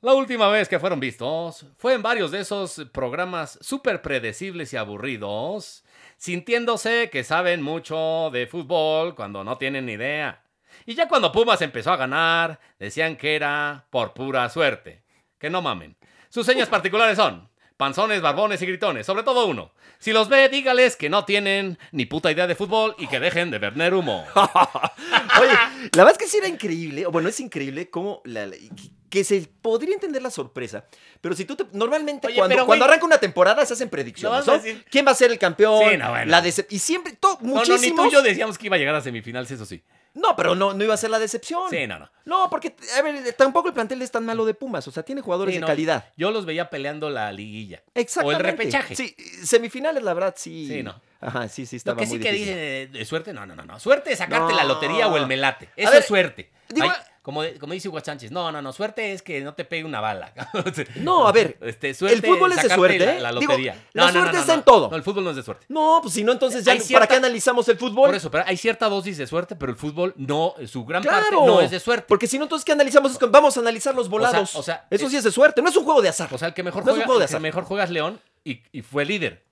La última vez que fueron vistos fue en varios de esos programas súper predecibles y aburridos, sintiéndose que saben mucho de fútbol cuando no tienen ni idea. Y ya cuando Pumas empezó a ganar, decían que era por pura suerte. Que no mamen. Sus señas particulares son panzones, barbones y gritones, sobre todo uno. Si los ve, dígales que no tienen ni puta idea de fútbol y que dejen de verner humo. Oye, la verdad es que sí era increíble, o bueno, es increíble cómo la- la- y- que se podría entender la sorpresa. Pero si tú te- Normalmente, Oye, cuando, pero, cuando güey, arranca una temporada, se hacen predicciones, lo vas a ¿no? decir. ¿Quién va a ser el campeón? Sí, no, bueno. La dece- Y siempre, todo, No, no, ni muchísimos... tú y yo decíamos que iba a llegar a semifinales, eso sí. No, pero no, no iba a ser la decepción. Sí, no, no. No, porque, a ver, tampoco el plantel es tan malo de Pumas. O sea, tiene jugadores Sí, de no. calidad. Yo los veía peleando la liguilla. Exactamente. O el repechaje. Sí, semifinales, la verdad, sí. Sí, no. Ajá, sí, sí, Lo estaba que sí muy que difícil. dicen eh, de suerte, no, no, no, no. Suerte es sacarte No. la lotería o el melate. Eso ver, es suerte. digo- ah. Ay, como, como dice Hugo Sánchez, no, no, no, suerte es que no te pegue una bala. No, a ver, Este, suerte el fútbol es de sacarte suerte, ¿eh? La, la Digo, lotería. la No, no, no, suerte no, está no. en todo. No, el fútbol no es de suerte. No, pues si no, entonces ya, Hay ¿para cierta- qué analizamos el fútbol? Por eso, pero hay cierta dosis de suerte, pero el fútbol no, su gran parte Claro. no es de suerte. Porque si no, entonces, ¿qué analizamos? Es con- Vamos a analizar los volados. o sea, Eso es- sí es de suerte, no es un juego de azar. O sea, el que mejor No es un juega, juego de el que azar. mejor juega es León y, y fue líder.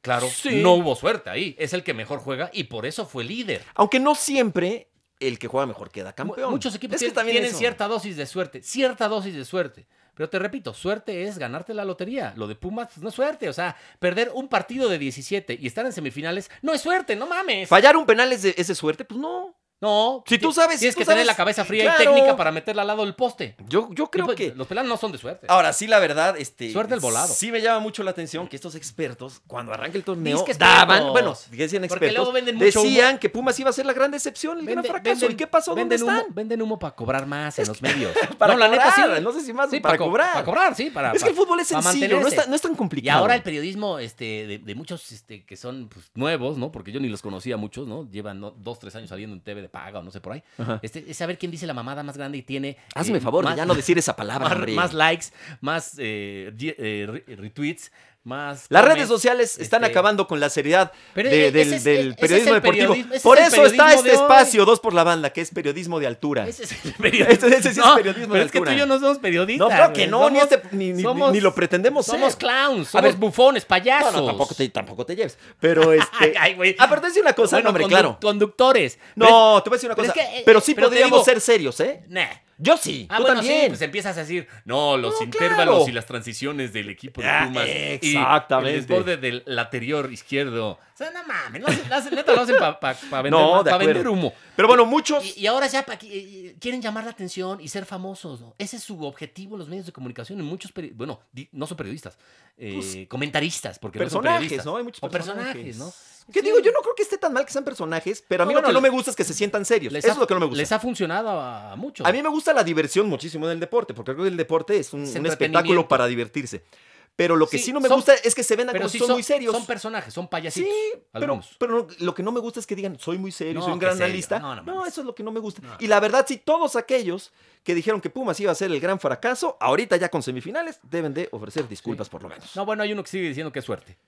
Claro, Sí. no hubo suerte ahí. Es el que mejor juega y por eso fue líder. Aunque no siempre el que juega mejor queda campeón. Muchos equipos Es que tienen, también tienen eso. cierta dosis de suerte, cierta dosis de suerte. Pero te repito, suerte es ganarte la lotería. Lo de Pumas pues, no es suerte. O sea, perder un partido de 17 y estar en semifinales no es suerte, no mames. ¿Fallar un penal es de, es de suerte? Pues no. no. Si tú ti- sabes- Tienes tú que sabes- tener la cabeza fría claro. y técnica para meterla al lado del poste. Yo, yo creo Tipo, que. Ah, Los pelados no son de suerte. Ahora sí, la verdad, este. pues, Suerte al volado. Sí me llama mucho la atención que estos expertos, cuando arranca el torneo, Dice que daban. expertos. Bueno, decían Porque expertos. luego venden mucho decían humo. que Pumas iba a ser la gran decepción, el gran Vende- fracaso. ¿Y venden- qué pasó? ¿Dónde venden humo, están? Venden humo para cobrar más en los medios. Para no, la neta cobrar, sí. No sé si más Sí, para, co- cobrar. Para cobrar, sí. Para, Es que el para- fútbol es para sencillo, no es, mantenerse. tan, no es tan Y complicado. ahora el periodismo este, de, de muchos este, que son pues, nuevos, ¿no? Porque yo ni los conocía muchos, ¿no? Llevan ¿no? dos, tres años saliendo en TV de paga o no sé por ahí. Ajá. Este, es saber quién dice la mamada más grande y tiene. Hazme eh, favor de más- ya no decir esa palabra, más, hombre. más likes, más eh, di- eh, re- retweets, más. Las comments. redes sociales están este- acabando con la seriedad Pero de- e- ese del, es- del e- ese es periodismo el deportivo. periodismo- ese es por el eso está periodismo este de hoy. espacio, dos por la banda, que es periodismo de altura. Ese es el periodismo. Ese- ese sí es No, periodismo de pero es que tú altura. y yo no somos periodistas. no, claro que güey. no, ni, Somos- este- ni- ni- somos- ni lo pretendemos Somos ser. clowns, A somos ver, bufones, payasos. No, no, tampoco te, tampoco te lleves. Pero este. Ay, güey. aparte de una cosa, Bueno, no, hombre, condu- claro. Conductores. No, te voy a decir una pero cosa. es que, eh, pero sí pero te podríamos digo- ser serios, ¿eh? Nah. Yo sí, Ah, tú bueno, sí, también. pues empiezas a decir, no, los No, intervalos claro. y las transiciones del equipo de Ah, Pumas. y exactamente. el desborde del lateral izquierdo. O sea, no mames, no, hacen- no hacen- neta, lo hacen para vender, No, más, de pa' acuerdo. vender humo. Pero bueno, muchos. Y, y ahora ya pa' que- eh, quieren llamar la atención y ser famosos, ¿no? Ese es su objetivo en los medios de comunicación. En muchos, peri- bueno, di- no son periodistas, eh, comentaristas, porque no Pues, son personajes, periodistas. ¿no? Hay muchos O personajes, personajes. ¿no? Que Sí. digo, yo no creo que esté tan mal que sean personajes, pero a mí No, lo que bueno, no me gusta es que se sientan serios. Les Eso ha- es lo que no me gusta. Les ha funcionado a, a muchos. A mí me gusta la diversión muchísimo del deporte, porque creo que el deporte es un, Es un entretenimiento. espectáculo para divertirse. Pero lo que Sí, sí, no me son- gusta es que se ven a pero como sí son, son muy serios. Son personajes, son payasitos. Sí, pero, algunos. pero lo que no me gusta es que digan, soy muy serio, No, soy un qué gran serio. analista. No, No, no mames. eso es lo que no me gusta. No. Y la verdad, sí, todos aquellos que dijeron que Pumas iba a ser el gran fracaso, ahorita ya con semifinales, deben de ofrecer disculpas por lo menos. No, bueno, hay uno que sigue diciendo que es suerte.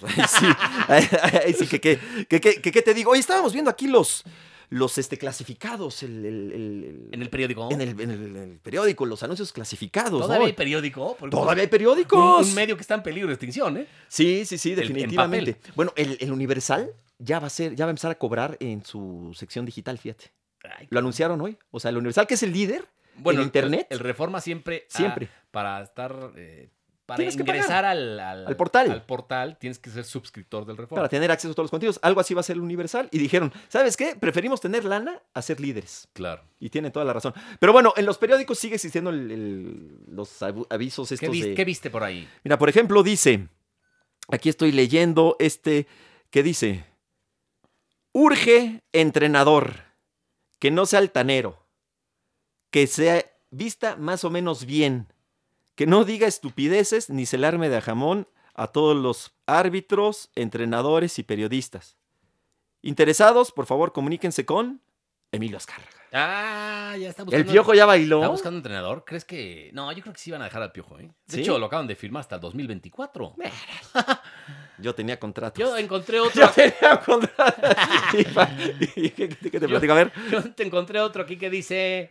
sí, ahí- ahí sí, que, que, que- que- que- que te digo. Oye, estábamos viendo aquí los, los este, clasificados, el, el- el- el- En el periódico. en el- en el- en el periódico, los anuncios clasificados. Todavía ¿no? hay periódico. Porque- Todavía hay un, periódicos. un medio que está en peligro de extinción, ¿eh? Sí, sí, sí, El- en definitivamente. bueno, el, el Universal ya va a ser, ya va a empezar a cobrar en su sección digital, fíjate. Ay, Lo anunciaron hoy. O sea, el Universal, que es el líder, Bueno, ¿En internet? El, el Reforma siempre. ah, Siempre. para estar. eh, para Tienes que pagar. ingresar al, al, Al portal. al portal, tienes que ser suscriptor del Reforma. para tener acceso a todos los contenidos. Algo así va a ser el Universal. Y dijeron, ¿sabes qué? Preferimos tener lana a ser líderes. Claro. Y tienen toda la razón. Pero bueno, en los periódicos sigue existiendo el- el- los abu- avisos ¿Qué, estos vis- de- qué viste por ahí? Mira, por ejemplo, dice, aquí estoy leyendo este que dice, urge entrenador, que no sea altanero, que sea vista más o menos bien, que no diga estupideces ni se le arme de jamón a todos los árbitros, entrenadores y periodistas. Interesados, por favor, comuníquense con Emilio Azcárraga. Ah, ya está El buscando. piojo ya ¿Está bailó. buscando entrenador? ¿Crees que.? No, yo creo que sí van a dejar al piojo, ¿eh? De ¿Sí? hecho, lo acaban de firmar hasta el 2024. Yo tenía contrato. Yo encontré otro. Yo tenía un contrato. Y pa- y- ¿Qué qué- qué te Yo- platico? A ver. Yo te encontré otro aquí que dice.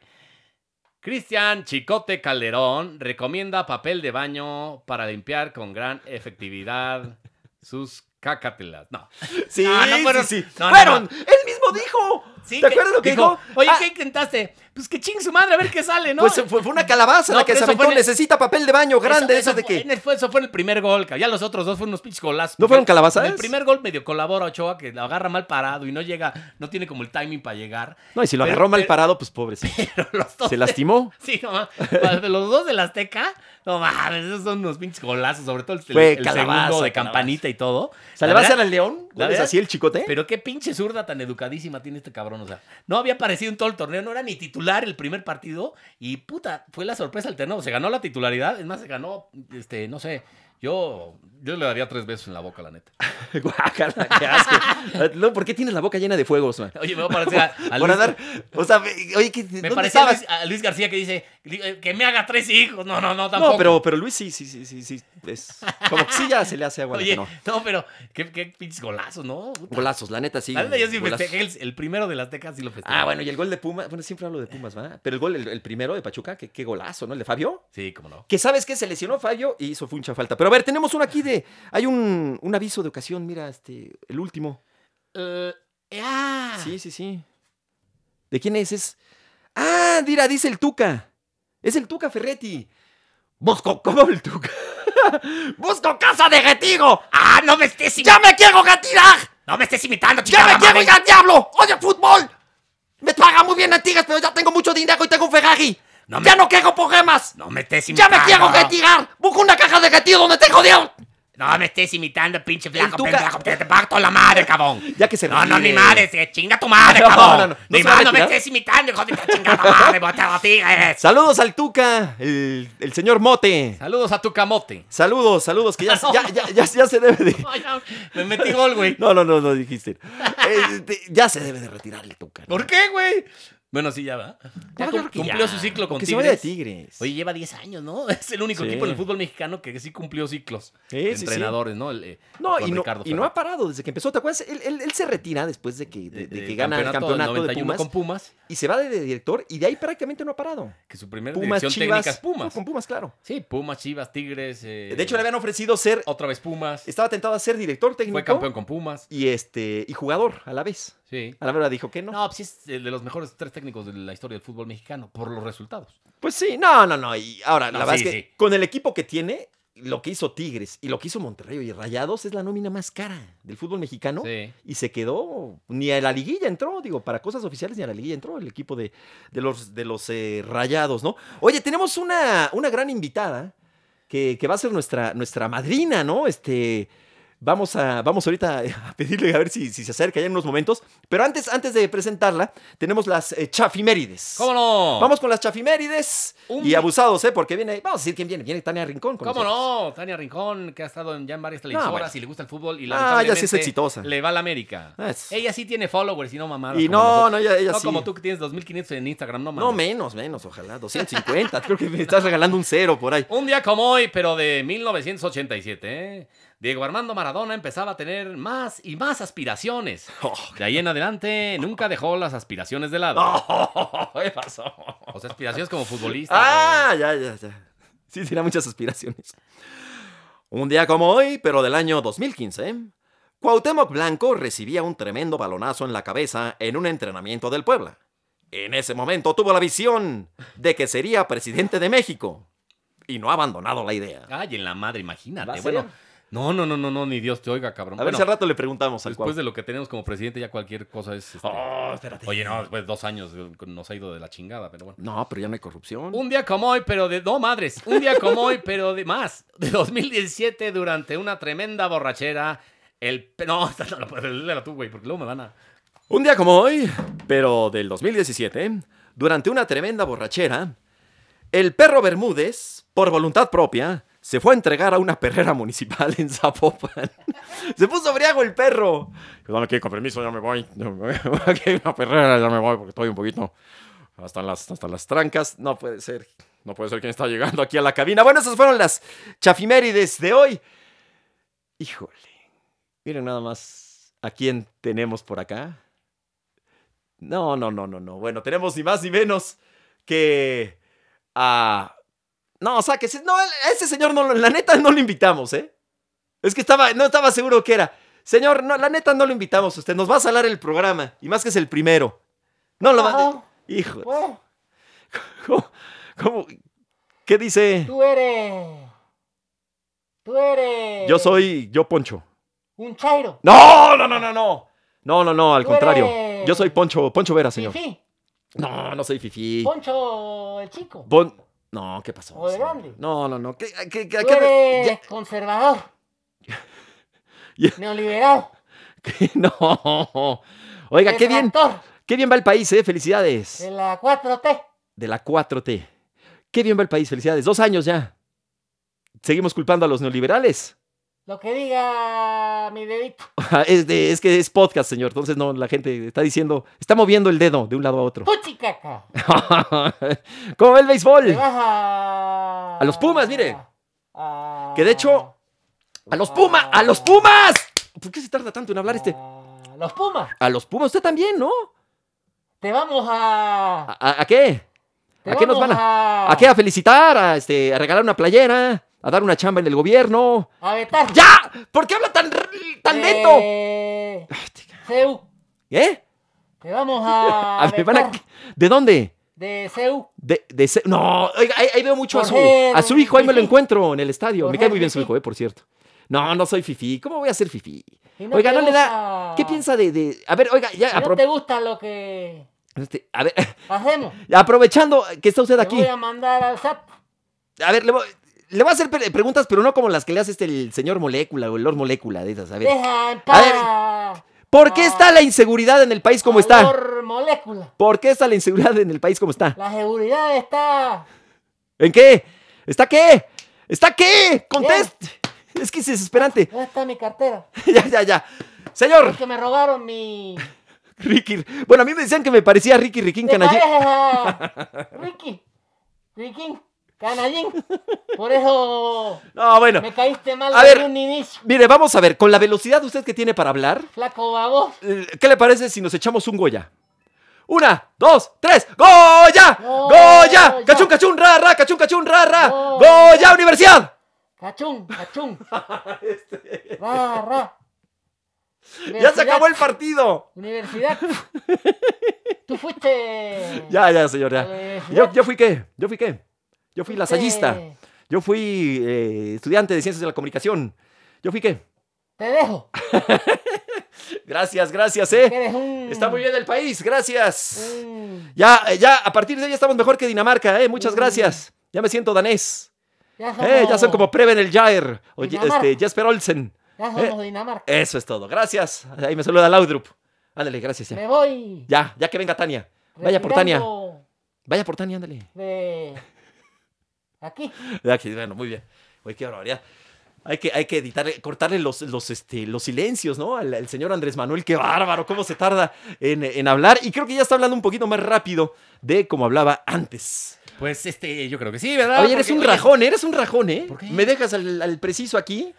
Cristian Chicote Calderón recomienda papel de baño para limpiar con gran efectividad sus cacatelas. No. Sí, No, no fueron. sí, sí. No, no, fueron. no. Él mismo dijo. ¿Te acuerdas lo que dijo? Oye, Ah, ¿qué intentaste? pues que ching su madre a ver qué sale, ¿no? Pues fue, fue una calabaza No, la que pero se eso aventó. fue en el- Necesita papel de baño grande, eso, Eso- eso de fue- que. en el- fue- eso fue en el primer gol, cabrón. Ya los otros dos fueron unos pinches golazos. ¿No fueron Porque calabazas? En el primer gol medio colabora Ochoa, que lo agarra mal parado y no llega, no tiene como el timing para llegar. No, y si lo Pero- agarró mal pero- parado, pues pobrecito. Pero los dos. Se lastimó. Sí, no mames. Para Los dos del Azteca, no mames, esos son unos pinches golazos, sobre todo el, el- Fue el calabaza, segundo de calabaza. campanita y todo. O sea, La le va a verdad- hacer al león. la ¿Es verdad- así el chicote? Pero qué pinche zurda tan educadísima tiene este cabrón. O sea, no había aparecido en todo el torneo, no era ni titular el primer partido. Y puta, fue la sorpresa al torneo. Se ganó la titularidad, es más, se ganó, este, no sé. Yo, Yo le daría tres veces en la boca, la neta. Guácala, qué asco. No, ¿por qué tienes la boca llena de fuego, Osman? oye, me va a parecer a, a Por Luis, andar. O sea, ve- oye, ¿qué, me ¿dónde parecía a estabas? Luis, a Luis García que dice eh, que me haga tres hijos. No, no, no, tampoco. No, pero, pero Luis sí, sí, sí, sí, sí. Es como que sí ya se le hace agua. a la que Oye, no. no. pero qué, qué pinches golazos, ¿no? Puta. Golazos, la neta sí. La neta, yo sí golazos. festejé el, el primero de las tecas y lo festejé. Ah, bueno, y el gol de Pumas, bueno, siempre hablo de Pumas, ¿va? Pero el gol, el, el primero de Pachuca, qué, qué golazo, ¿no? El de Fabio. Sí, cómo no. Que sabes que se lesionó Fabio y hizo funcha falta. Pero a ver, tenemos uno aquí de. Hay un, un aviso de ocasión, mira, este, el último. Eh, ah. Sí, sí, sí. ¿De quién es? Es. ¡Ah! Mira, dice el Tuca. Es el Tuca Ferretti. Busco como el Tuca. Busco casa de retigo. ¡Ah, no me estés ¡Ya me quiero retirar! ¡No me estés imitando, ¡Ya chingada me quiero madre! ir al diablo! ¡Oye, fútbol! Me paga muy bien Antigas, pero ya tengo mucho dinero y tengo un Ferrari. No me- ¡Ya no quiero problemas! ¡No me estés ¡Ya imitando! me quiero retirar! ¡Busco una caja de retiro donde tengo dinero! ¡No me estés imitando, pinche flaco! Tuca- pendejo, ¡Te te parto la madre, cabrón! Ya que se No, no, retire. ni madre, se chinga tu madre, No, cabrón. no, no, no ni se va a madre, no me retirar. estés imitando, hijo de tu chingada madre, bota los tigres. Saludos al Tuca, el, el señor Mote. Saludos a tu camote. Saludos, saludos, que ya, ya, ya, ya- ya se debe de... Me metí gol, güey. No, no, no, no dijiste. Este, ya se debe de retirar el Tuca. ¿no? ¿Por qué, güey? Bueno, sí, ya va. yo Ya cum- creo que cumplió ya. su ciclo con Que se vaya de Tigres. Tigres. Oye, lleva 10 años, ¿no? Es el único Sí. equipo en el fútbol mexicano que sí cumplió ciclos. Sí, sí, sí. Entrenadores, ¿no? El, eh, No, Juan y no, Ricardo y no Ferrari. ha parado desde que empezó. ¿Te acuerdas? Él, él- él se retira después de que, de, de Eh, que gana el del campeonato de 91 Pumas con Pumas, y se va de director y de ahí prácticamente no ha parado. Que su primera Pumas, dirección Chivas. técnica es no, Pumas. con Pumas, claro. Sí, Pumas, Chivas, Tigres. eh, De hecho, le habían ofrecido ser. otra vez Pumas. Estaba tentado a ser director técnico. Fue campeón con Pumas. Y, este, y jugador a la vez. Sí. A la verdad dijo que no. No, pues es eh, de los mejores tres técnicos de la historia del fútbol mexicano, por los resultados. Pues sí, no, no, no. Y ahora, No, la verdad sí, es que sí. con el equipo que tiene, lo que hizo Tigres y lo que hizo Monterrey y Rayados es la nómina más cara del fútbol mexicano. Sí. Y se quedó, ni a la liguilla entró, digo, para cosas oficiales ni a la liguilla entró el equipo de, de los, de los eh, rayados, ¿no? Oye, tenemos una, una gran invitada que, que va a ser nuestra, nuestra madrina, ¿no? Este, vamos, a, vamos ahorita a pedirle a ver si, si se acerca ya en unos momentos, pero antes, antes de presentarla, tenemos las eh, chafimérides. ¿Cómo no? Vamos con las chafimérides Un- y abusados, ¿eh? Porque viene, vamos a decir quién viene, viene Tania Rincón. Con ¿Cómo nosotros. no? Tania Rincón, que ha estado en ya en varias televisoras bueno. y le gusta el fútbol y Ah, ya sí es lamentablemente exitosa. Le va a la América. Ah, es- Ella sí tiene followers y no mamadas. Y como no, nosotros. no, ella, ella No sí. como tú que tienes 2500 en Instagram, no mames. No, menos, menos, ojalá, 250. Creo que me estás regalando un cero por ahí. Un día como hoy, pero de 1987, ¿eh? Diego Armando Maradona empezaba a tener más y más aspiraciones. Oh. De ahí en adelante nunca dejó las aspiraciones de lado. Ah, oh. ¿Qué pasó? O sea, aspiraciones como futbolista. Ah, ya, ya, ya. Sí, tenía muchas aspiraciones. Un día como hoy, pero del año 2015, Cuauhtémoc Blanco recibía un tremendo balonazo en la cabeza en un entrenamiento del Puebla. En ese momento tuvo la visión de que sería presidente de México y no ha abandonado la idea. güey. Ay, en la madre, Va a imagínate. ser. Bueno, no, no, no, no, no, ni Dios te oiga, A cabrón. ver Bueno, si al rato le preguntamos al después Cuau. de lo que tenemos como presidente, ya cualquier cosa es. este, Oh. Oye, no, después de dos años eh, nos ha ido de la chingada, pero bueno. No, pero ya no hay corrupción. Un día como hoy, pero de... No, madres. Un día como hoy, pero de más. De 2017, durante una tremenda borrachera, el... No, esta no, no, léela tú, güey, porque luego me van a... Un día como hoy, pero del 2017, durante una tremenda borrachera, el perro Bermúdez, por voluntad propia, se fue a entregar a una perrera municipal en Zapopan. se puso briago el perro. Perdón, aquí con permiso, ya me voy. Ya me voy. Aquí hay una perrera, ya me voy porque estoy un poquito. Hasta las, hasta las trancas, no puede ser. No puede ser quien está llegando aquí. Aquí a la cabina. Bueno, esas fueron las chafimérides de hoy. Híjole. Miren nada más a quién tenemos por acá. No, no, no, no, no. Bueno, tenemos ni más ni menos que a... No, sáquese. No, a ese señor no, lo- la neta no lo invitamos, ¿eh? Es que estaba, no estaba seguro que era. Señor, no, la neta no lo invitamos. Usted nos va a salar el programa. Y más que es el primero. No lo va... Híjole. ¿Cómo? cómo- ¿Qué dice? Tú eres. Tú eres. Yo soy yo Poncho. Un chairo. No, no, no, no, no. No, no, no, al Tú contrario. eres- Yo soy Poncho, Poncho Vera, señor. Fifí. No, no soy Fifi. Poncho el chico. No, ¿qué pasó? O de señor? grande. No, no, no. ¿Qué, qué, qué- Tú qué- eres ya- conservador. Ya. Neoliberal. qué- No. Oiga, qué bien, detractor qué bien va el país, ¿eh? Felicidades. De la 4T. De la 4T. Qué bien va el país, felicidades. Dos años ya. Seguimos culpando a los neoliberales. Lo que diga mi dedito. Es, de- es que es podcast, señor. Entonces, no, la gente está diciendo, está moviendo el dedo de un lado a otro. Puchicaca. ¿Cómo va el Te béisbol? vas a. A los Pumas, mire. A- Que de hecho, ¡A los Pumas! ¡A los Pumas! ¿Por qué se tarda tanto en hablar este? a los Pumas. A los Pumas, usted también, ¿no? Te vamos a. ¿A, a- a qué? te ¿A qué nos van vamos a.? ¿A qué? ¿A felicitar? ¿A, este, a regalar una playera? ¿A dar una chamba en el gobierno? A vetar. ¡Ya! ¿Por qué habla tan, r- tan lento? Eh, Ay, te- CEU. ¿Eh? Te vamos a. A- me van a- vetar ¿De dónde? De CEU. De, de se- No, oiga, ahí, ahí veo mucho a su, Correr, a su hijo, ahí me lo fifí. encuentro en el estadio. Me Correr, cae muy bien su fifí. hijo, eh, por cierto. No, no soy fifi. ¿Cómo voy a ser fifi? Y Oiga, te no le gusta- da. ¿Qué piensa de.? de- A ver, oiga, ya. Si no apro- te gusta lo que este, a ver, hacemos, aprovechando que está usted te aquí. voy a mandar al SAT. A ver, le voy, le voy a hacer pre- preguntas, pero no como las que le hace este el señor Molécula o el Lord Molécula de esas. A ver, Deja en paz. ¿por qué está la inseguridad en el país como está? valor molécula. ¿Por qué está la inseguridad en el país como está? La seguridad está. ¿En qué? ¿Está qué? ¿Está qué? Contest. Es que es desesperante. ¿Dónde está mi cartera? ya, ya, ya. Señor Porque me robaron mi. Ricky. Bueno, a mí me decían que me parecía Ricky Riquín Te Canallé. pareces a Ricky. Ricky. Canallín. Por eso No, bueno. me caíste mal A desde ver. un inicio. Mire, vamos a ver, con la velocidad usted que tiene para hablar, Flaco babos. eh, ¿qué le parece si nos echamos un Goya? Una, dos, tres, Goya, Goya, Goya. cachun, cachun, ra, ra, cachun, cachun, ra, ra, Goya. Goya, universidad. Cachún, cachún. Ra, ra. Este. Ya se acabó Universidad, el partido. Universidad. Tú fuiste. Ya, ya, señor, ya. Eh, Yo, yo fui qué, yo fui qué, yo fui lasallista, Te, yo fui eh, estudiante de ciencias de la comunicación, yo fui qué. te dejo. Gracias, gracias, eh. Eres un. Está muy bien el país, gracias. un- Ya, eh, ya, a partir de ahí estamos mejor que Dinamarca, ¿eh? Mm. Muchas gracias. Ya me siento danés. ya, somos, Eh, ya son como Preven el Jair. O Ye- Dinamarca. este, Jesper Olsen. Ya eh. somos Dinamarca. Eso es todo. Gracias. Ahí me saluda Laudrup. Ándale, gracias. Ya. Me voy. ya, ya que venga Tania. Vaya por Tania. retirando Vaya por Tania, ándale. De. Aquí. Ya que- Bueno, muy bien. Oye, qué barbaridad. Hay que, hay que editarle, cortarle los, los, este, los silencios, ¿no? Al, al señor Andrés Manuel, qué bárbaro, cómo se tarda en, en hablar. Y creo que ya está hablando un poquito más rápido de como hablaba antes. Pues este, yo creo que sí, ¿verdad? Oye, eres Porque, un rajón, eres un rajón, ¿eh? ¿Por qué? Me dejas al, al preciso aquí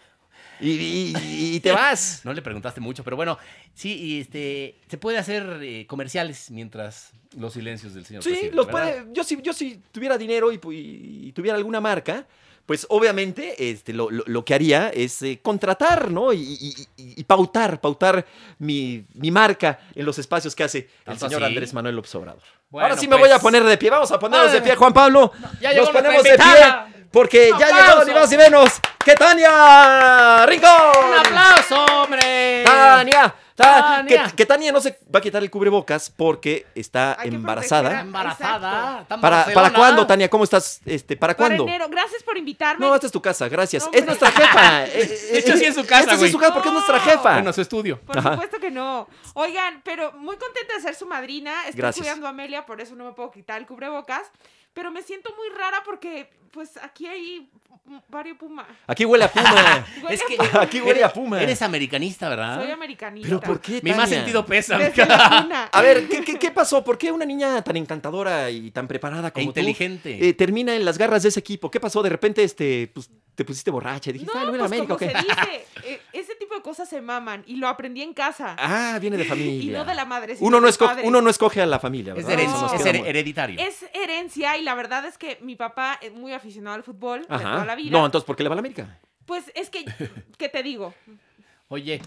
y, y- y te vas. No le preguntaste mucho, pero bueno, sí, y este, se puede hacer eh, comerciales mientras los silencios del señor. Sí, presidente, los pues ¿verdad? puede. Yo si, yo si tuviera dinero y, pu- y tuviera alguna marca, pues obviamente este, lo, lo- lo que haría es eh, contratar, ¿no? Y, y- y- y pautar, pautar mi, mi marca en los espacios que hace el ¿Tanto señor así? Andrés Manuel López Obrador. Bueno, Ahora sí me pues. voy a poner de pie. Vamos a ponernos Ah, de pie, Juan Pablo. ya Nos llegó nuestra ponemos de invitada. pie porque Un ya llegó aplauso. ni más ni menos que Tania Rincón. ¡Un aplauso, hombre! Tania, Ta- Tania. Que, que Tania no se va a quitar el cubrebocas porque está Hay que embarazada. proteger Embarazada. tan ¿Para, ¿Para Barcelona. cuándo, Tania? ¿Cómo estás? Este, ¿Para Para cuándo? enero. Gracias por invitarme. No, este- esta es tu casa, gracias. Hombre. Es nuestra jefa. Eh, eh, Esto sí es su eh, casa, Esto sí güey. es su casa porque es nuestra jefa. Bueno, su estudio. por Ajá. supuesto que no. Oigan, pero muy contenta de ser su madrina. Estoy Gracias. cuidando a Amelia, por eso no me puedo quitar el cubrebocas. Pero me siento muy rara porque, pues, aquí hay m- varios puma. Aquí huele a puma. Huele Es a que- puma. Aquí huele a puma. Eres americanista, ¿verdad? Soy americanista. Ah. ¿Pero por qué, Mi más Tania? sentido pesa. Desde la cuna. A ver, ¿qué, qué, qué pasó? ¿Por qué una niña tan encantadora y tan preparada como E tú, inteligente. eh, termina en las garras de ese equipo? ¿Qué pasó? De repente este, pues, te pusiste borracha y dijiste, No, ah, no pues era América, como ¿o qué? se dice, eh, ese tipo de cosas se maman y lo aprendí en casa Ah, viene de familia. y no de la madre. sino Uno no, del escoge, padre. uno no escoge a la familia, Es, ¿verdad? hered- No, Eso nos es queda her- muy- hereditario. Es herencia y la verdad es que mi papá es muy aficionado al fútbol de toda la vida. No, entonces, ¿por qué le va a la América? Pues es que, ¿qué te digo? Oye,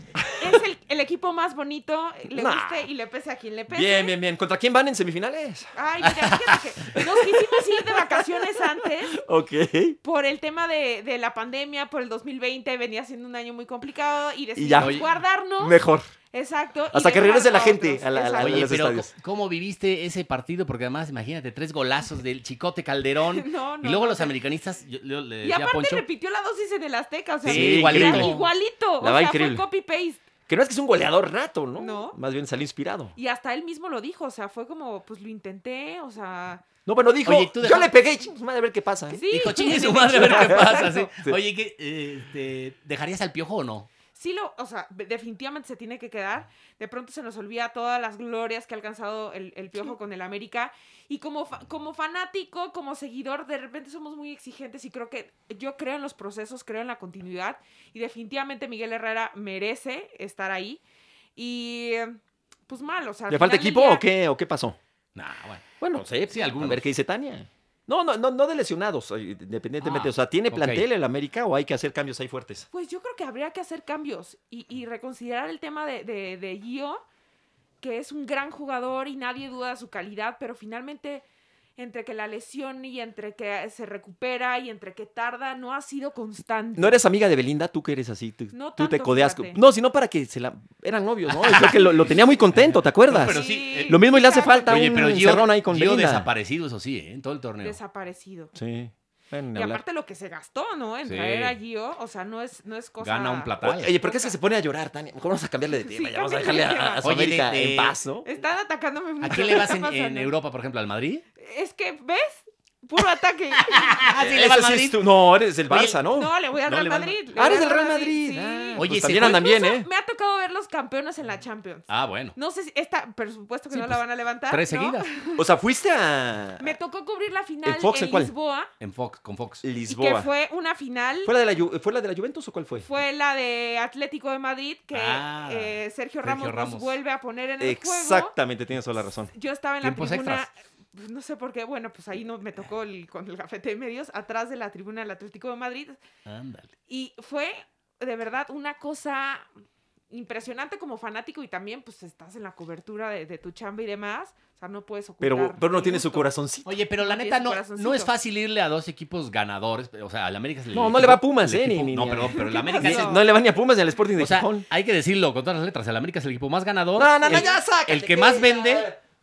Es el, el equipo más bonito, le Nah. guste y le pese a quien le pese. Bien, bien, bien. ¿Contra quién van en semifinales? Ay, mira, fíjate que nos quisimos ir de vacaciones antes Ok. por el tema de, de la pandemia, por el 2020, venía siendo un año muy complicado y decidimos ya. Oye, guardarnos. Mejor. Exacto. y Hasta que dejarlo regrese la a gente otros, a la- a la- exacto. oye, los pero ¿cómo, estadios. cómo viviste ese partido? Porque además, imagínate, tres golazos del Chicote Calderón. No, no, y luego no, los no. americanistas, yo, yo le Y decía a aparte Poncho, repitió la dosis en el Azteca, o sea, Sí, igualito. igualito. igualito. La o va sea, increíble. fue copy-paste. Que no es que es un goleador nato, ¿no? No. Más bien salió inspirado. Y hasta él mismo lo dijo, o sea, fue como, pues lo intenté, o sea, No, bueno, dijo, Oye, tú yo deja- le pegué, chingos, madre, a ver qué pasa. ¿eh?". sí. Ah. dijo, chingue su madre, a ver qué pasa. sí. Sí. Oye, ¿qué, eh, este, ¿dejarías al piojo o no? sí lo, o sea, be- definitivamente se tiene que quedar. De pronto se nos olvida todas las glorias que ha alcanzado el, el Piojo con el América. Y como, fa- como fanático, como seguidor, de repente somos muy exigentes y creo que yo creo en los procesos, creo en la continuidad. Y definitivamente Miguel Herrera merece estar ahí. Y pues mal, o sea. al ¿Le falta final del equipo día- o qué, o qué pasó? Nah, bueno. Bueno, no sé, Sí, algunos. a ver qué dice Tania. No, no, no, no de lesionados, eh, independientemente. Ah, o sea, ¿tiene ok. plantel el América o hay que hacer cambios ahí fuertes? Pues yo creo que habría que hacer cambios y, y reconsiderar el tema de, de, de Gio, que es un gran jugador y nadie duda de su calidad, pero finalmente entre que la lesión y entre que se recupera y entre que tarda, no ha sido constante. ¿No eres amiga de Belinda? Tú que eres así, tú, No tú te tanto, codeas. fíjate. No, sino para que se la... Eran novios, ¿no? Y Creo que lo, lo tenía muy contento, ¿te acuerdas? pero sí, eh, Lo mismo y le hace exacto. falta Oye, un pero Gio, encerrón ahí con Gio Belinda. desaparecido, eso sí, ¿eh? en todo el torneo. Desaparecido. Sí. Bueno, ni Y hablar. aparte lo que se gastó, ¿no? En Sí. traer a Gio, o sea, no es, no es cosa... Gana un platal. Oye, ¿por qué es que se pone a llorar, Tania? Mejor vamos a cambiarle de tema, Sí, ya vamos a cámbiale dejarle de a, tema. a su Oye, de- América de- en paz, ¿no? Están atacándome ¿A mucho, quién le vas ¿qué en, está en pasando? Europa, por ejemplo? ¿Al Madrid? Es que, ¿ves? Puro ataque. Ah, Ese sí es tú- No, eres del Oye, Barça, ¿no? No, le voy al No, Real le van- Madrid. le Ah, voy eres al del Real Madrid. Ah, sí. pues también Oye, se fue- andan bien, Incluso ¿eh? Me ha tocado ver los campeones en la Champions. Ah, bueno. No sé si esta, por supuesto que Sí, no la pues, van a levantar. Tres ¿no? seguidas. O sea, fuiste a Me tocó cubrir la final ¿El Fox en en cuál? Lisboa, En Fox, con Fox. y que Lisboa. fue una final. ¿Fue la, de la Ju- ¿Fue la de la Juventus o cuál fue? Fue la de Atlético de Madrid que Ah, eh, Sergio Ramos, Ramos. nos vuelve a poner en el juego. Exactamente, tienes toda la razón. Yo estaba en la Tiempos tribuna, pues, no sé por qué, bueno, pues ahí no me tocó el- con el gafete de medios, atrás de la tribuna del Atlético de Madrid. Ándale. Y fue de verdad una cosa impresionante como fanático y también pues estás en la cobertura de, de tu chamba y demás. O sea, no puedes ocultar. Pero, pero no el tiene su gusto. corazoncito. Oye, pero la Tiene neta su no, corazoncito. no es fácil irle a dos equipos ganadores. O sea, al América es el No, no equipo- le va a Pumas, el ¿eh? Ni- equipo- ni- no, ni- perdón, pero el América es Dices, el- no le van ni a Pumas ni al Sporting de O sea, Gijón. hay que decirlo con todas las letras. El América es el equipo más ganador. No, no, no, el, ya sácate, El que más ya. vende.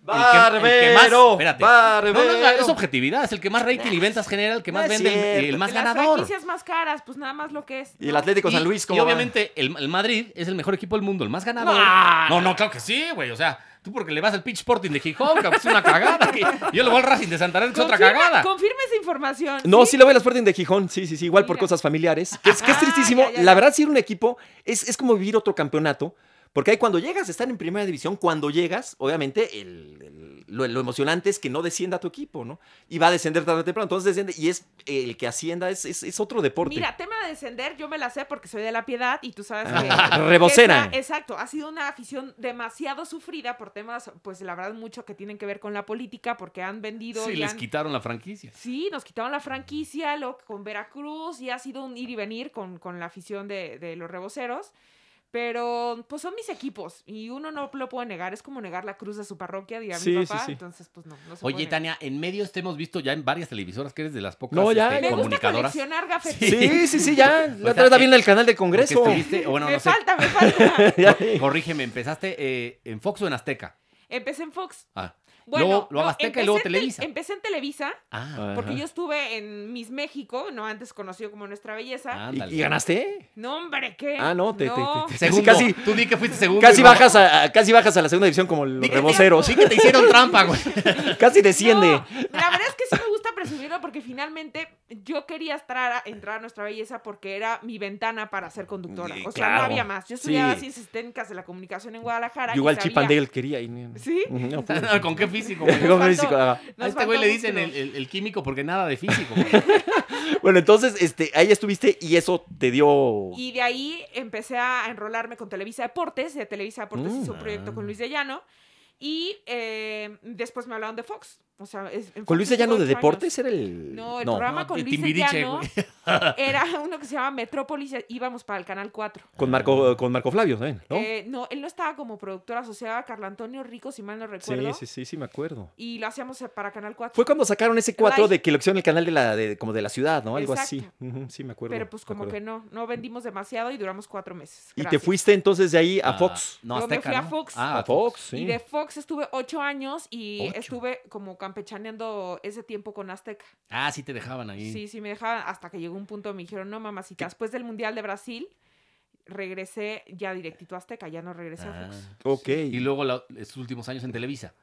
el que- Barbero, espérate. barbero. No, no, no, es objetividad. Es el que más rating y ventas genera, el que No es más vende, el- el, cierto. más Las ganador. franquicias más caras, pues nada más lo que es. Y el Atlético San Luis, y como. obviamente el, el Madrid es el mejor equipo del mundo, el más ganador. No. no, no, claro que sí, güey. O sea, tú porque le vas al pitch Sporting de Gijón, cabrón, que es una cagada. que yo le voy al Racing de Santander, que es otra Confirma- cagada. Confirma esa información. No, sí, le voy al Sporting de Gijón, sí, sí, sí, igual por ¿Ah, Mira. cosas familiares. Que es, que es Ah, tristísimo. ya, ya, La ya. verdad, si ir a un equipo es, es como vivir otro campeonato. Porque ahí cuando llegas, están en primera división. Cuando llegas, obviamente, el- el- lo, lo emocionante es que no descienda tu equipo, ¿no? Y va a descender tarde o temprano. Entonces desciende y es el que ascienda, es, es- es otro deporte. Mira, tema de descender, yo me la sé porque soy de la piedad y tú sabes que. Ah, que rebocera. esa- exacto, ha sido una afición demasiado sufrida por temas, pues la verdad, mucho que tienen que ver con la política porque han vendido. Sí, y les han- quitaron la franquicia. Sí, nos quitaron la franquicia lo, con Veracruz y ha sido un ir y venir con, con la afición de, de los reboceros. Pero pues son mis equipos y uno no lo puede negar. Es como negar la cruz de su parroquia, diría Sí, mi sí, papá. sí. Entonces, pues no. no se Oye, puede negar. Tania, en medios te hemos visto ya en varias televisoras que eres de las pocas No, ya, este, ya. Me gusta comunicadoras. coleccionar gafetes. Sí, sí, sí, ya. O La otra sea, vez eh, viene el canal del Porque Congreso. estuviste- bueno, me no sé, falta, me falta. Ya. corrígeme, empezaste eh, en Fox o en Azteca. Empecé en Fox. Ah, Bueno, Luego- luego no, Azteca y empecé luego en Tel- Televisa. Empecé en Televisa ah, Ajá. porque yo estuve en Miss México, no antes conocido como Nuestra Belleza. ¿Y- ándale. ¿Y, ganaste? No, hombre, ¿qué? Ah, no, te- te- te- te- Segundo, Casi- tú di que fuiste segundo. Casi y no. bajas a, a- casi bajas a la segunda división como los reboceros. Sí que te hicieron trampa, güey. Casi desciende. No, la verdad es que sí me gusta presumirlo porque finalmente yo quería entrar a, entrar a nuestra belleza porque era mi ventana para ser conductora. Eh, O sea, claro. no había más. Yo estudiaba Sí. ciencias técnicas de la comunicación en Guadalajara. y Igual sabía- Chip and Dale quería y ni- ¿Sí? No, pues, No, ¿Con qué físico, güey? Como físico, ah. A Nos este güey faltó le dicen el, músculo. el- el químico porque nada de físico. güey. Bueno, entonces, este, ahí estuviste y eso te dio. Y de ahí empecé a enrolarme con Televisa Deportes. De Televisa Deportes Mm. hice un proyecto con Luis de Llano. Y eh, después me hablaron de Fox. O sea, es- en ¿Con Luis Llano de 48 años. Deportes era el...? No, el programa No, con el Luis Timbiriche, Llano era uno que se llama Metrópolis. y Íbamos para el canal 4. Con Marco, con Marco Flavio, ¿saben? ¿no? Eh, no, él no estaba como productor asociado a Carlo Antonio Rico, si mal no recuerdo. sí, sí, sí, sí, me acuerdo. Y lo hacíamos eh, para Canal 4. Fue cuando sacaron ese 4 Live. de que lo hicieron en el canal de la, de- como de la ciudad, ¿no? Algo Exacto. así. Ujú, sí, me acuerdo. Pero pues me como acuerdo. que no, no vendimos demasiado y duramos cuatro meses. Y te Gracias. fuiste entonces de ahí a Fox. Ah, No, Yo me Azteca, fui a ¿no? Fox. Ah, a Fox, sí. Y de Fox estuve ocho años y Ocho. estuve como campechaneando ese tiempo con Azteca. Ah, sí te dejaban ahí. Sí, sí, me dejaban hasta que llegó un punto donde me dijeron, no, mamacita, después del Mundial de Brasil regresé ya directito a Azteca, ya no regresé a Fox. Ah. Ok. Y luego la- los últimos años en Televisa.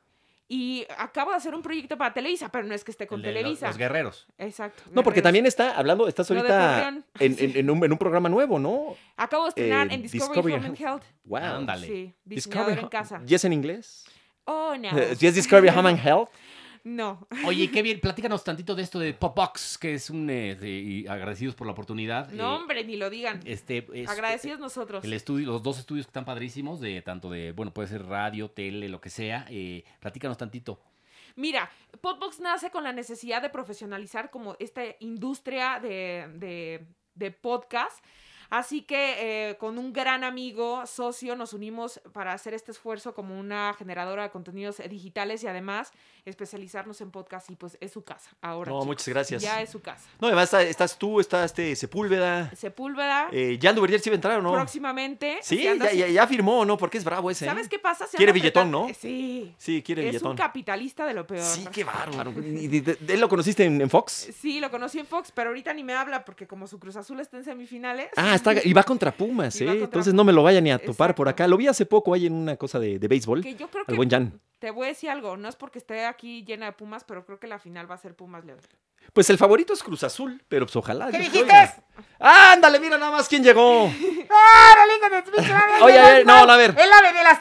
Y acabo de hacer un proyecto para Televisa, pero no es que esté con el de lo- Televisa. Los guerreros. Exacto. No, porque Guerreros. también está hablando, estás Lo de ahorita Torreón. en, en- en un, en un programa nuevo, ¿no? Acabo de estrenar eh, en Discovery, Discovery Home and Health. Wow. Ándale. Sí, diseñador Discovery en casa. ¿Y es en inglés? Oh, no. Eh, ¿Sí es Discovery Home and Health? No. Oye, qué bien, platícanos tantito de esto de Popbox, que es un... eh, de- y agradecidos por la oportunidad. No, eh, hombre, ni lo digan. este, es- Agradecidos nosotros. El estudio, los dos estudios que están padrísimos, de tanto de, bueno, puede ser radio, tele, lo que sea. eh, platícanos tantito. Mira, Podbox nace con la necesidad de profesionalizar como esta industria de, de- de podcast. Así que eh, con un gran amigo, socio, nos unimos para hacer este esfuerzo como una generadora de contenidos eh, digitales y además especializarnos en podcast. Y pues es su casa ahora. No, chicos. muchas gracias. Ya es su casa. No, además está- estás tú, está este Sepúlveda. Sepúlveda, Eh, Jan Duvalier sí va a entrar o no. próximamente. Sí, si andas- ya, ya, ya firmó, ¿no? Porque es bravo ese. ¿eh? ¿Sabes qué pasa? Se Quiere anda billetón, apretando- ¿no? Eh, Sí. Sí, quiere es billetón. un capitalista de lo peor. Sí, qué bárbaro. ¿Y de- de- de- lo conociste en, en Fox? Sí, lo conocí en Fox, pero ahorita ni me habla porque como su Cruz Azul está en semifinales. Ah, está, y va contra Pumas, Y ¿eh? va contra Entonces no me lo vayan ni a topar por Exacto. acá. Lo vi hace poco ahí en una cosa de, de béisbol. Que yo creo Al que buen Jan. te voy a decir algo, no es porque esté aquí llena de Pumas, pero creo que la final va a ser Pumas León. Pues el favorito es Cruz Azul, pero pues ojalá. ¿Qué dijiste? Ándale, mira nada más quién llegó. Oye, a ver, no, a ver. El ave de las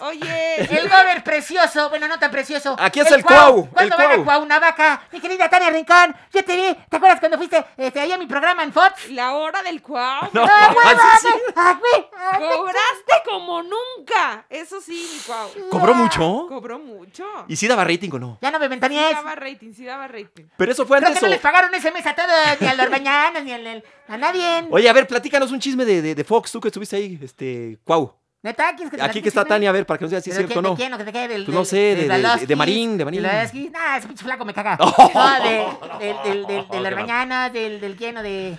Oye, El gober precioso. Bueno, no tan precioso. Aquí es el cuau, ¿Cuándo el van cuau. a cuau una vaca? Mi querida Tania Rincón, yo te vi. ¿Te acuerdas cuando fuiste este, ahí a mi programa en Fox? la hora del cuau. No, ¡Ah, ah, huevo! sí, sí. ¡Ah, güey! ¡Ah, güey! Cobraste como nunca. Eso sí, mi cuau. ¿Cobró mucho? Cobró mucho. ¿Y si daba rating o no? Ya no me Sí ventanees. daba rating, sí daba rating. Pero eso fue Creo antes que no les o... pagaron ese mes a todos, ni a los bañanos, ni al- al- a nadie. Oye, a ver, platícanos un chisme de, de- de Fox, tú que estuviste ahí, este, cuau. Neta, ¿quieres que te Aquí platique que está primero? Tania, a ver, para que no sea si es ¿Pero cierto o quién- no. de quién o que te quede del- Pues no del- sé, de- de- de- de Blasquez, Marín, de Marín. Blasquez. Nah, ese pinche flaco me caga. No, de- del, del, del, del Arbañanos, del, del quién o de...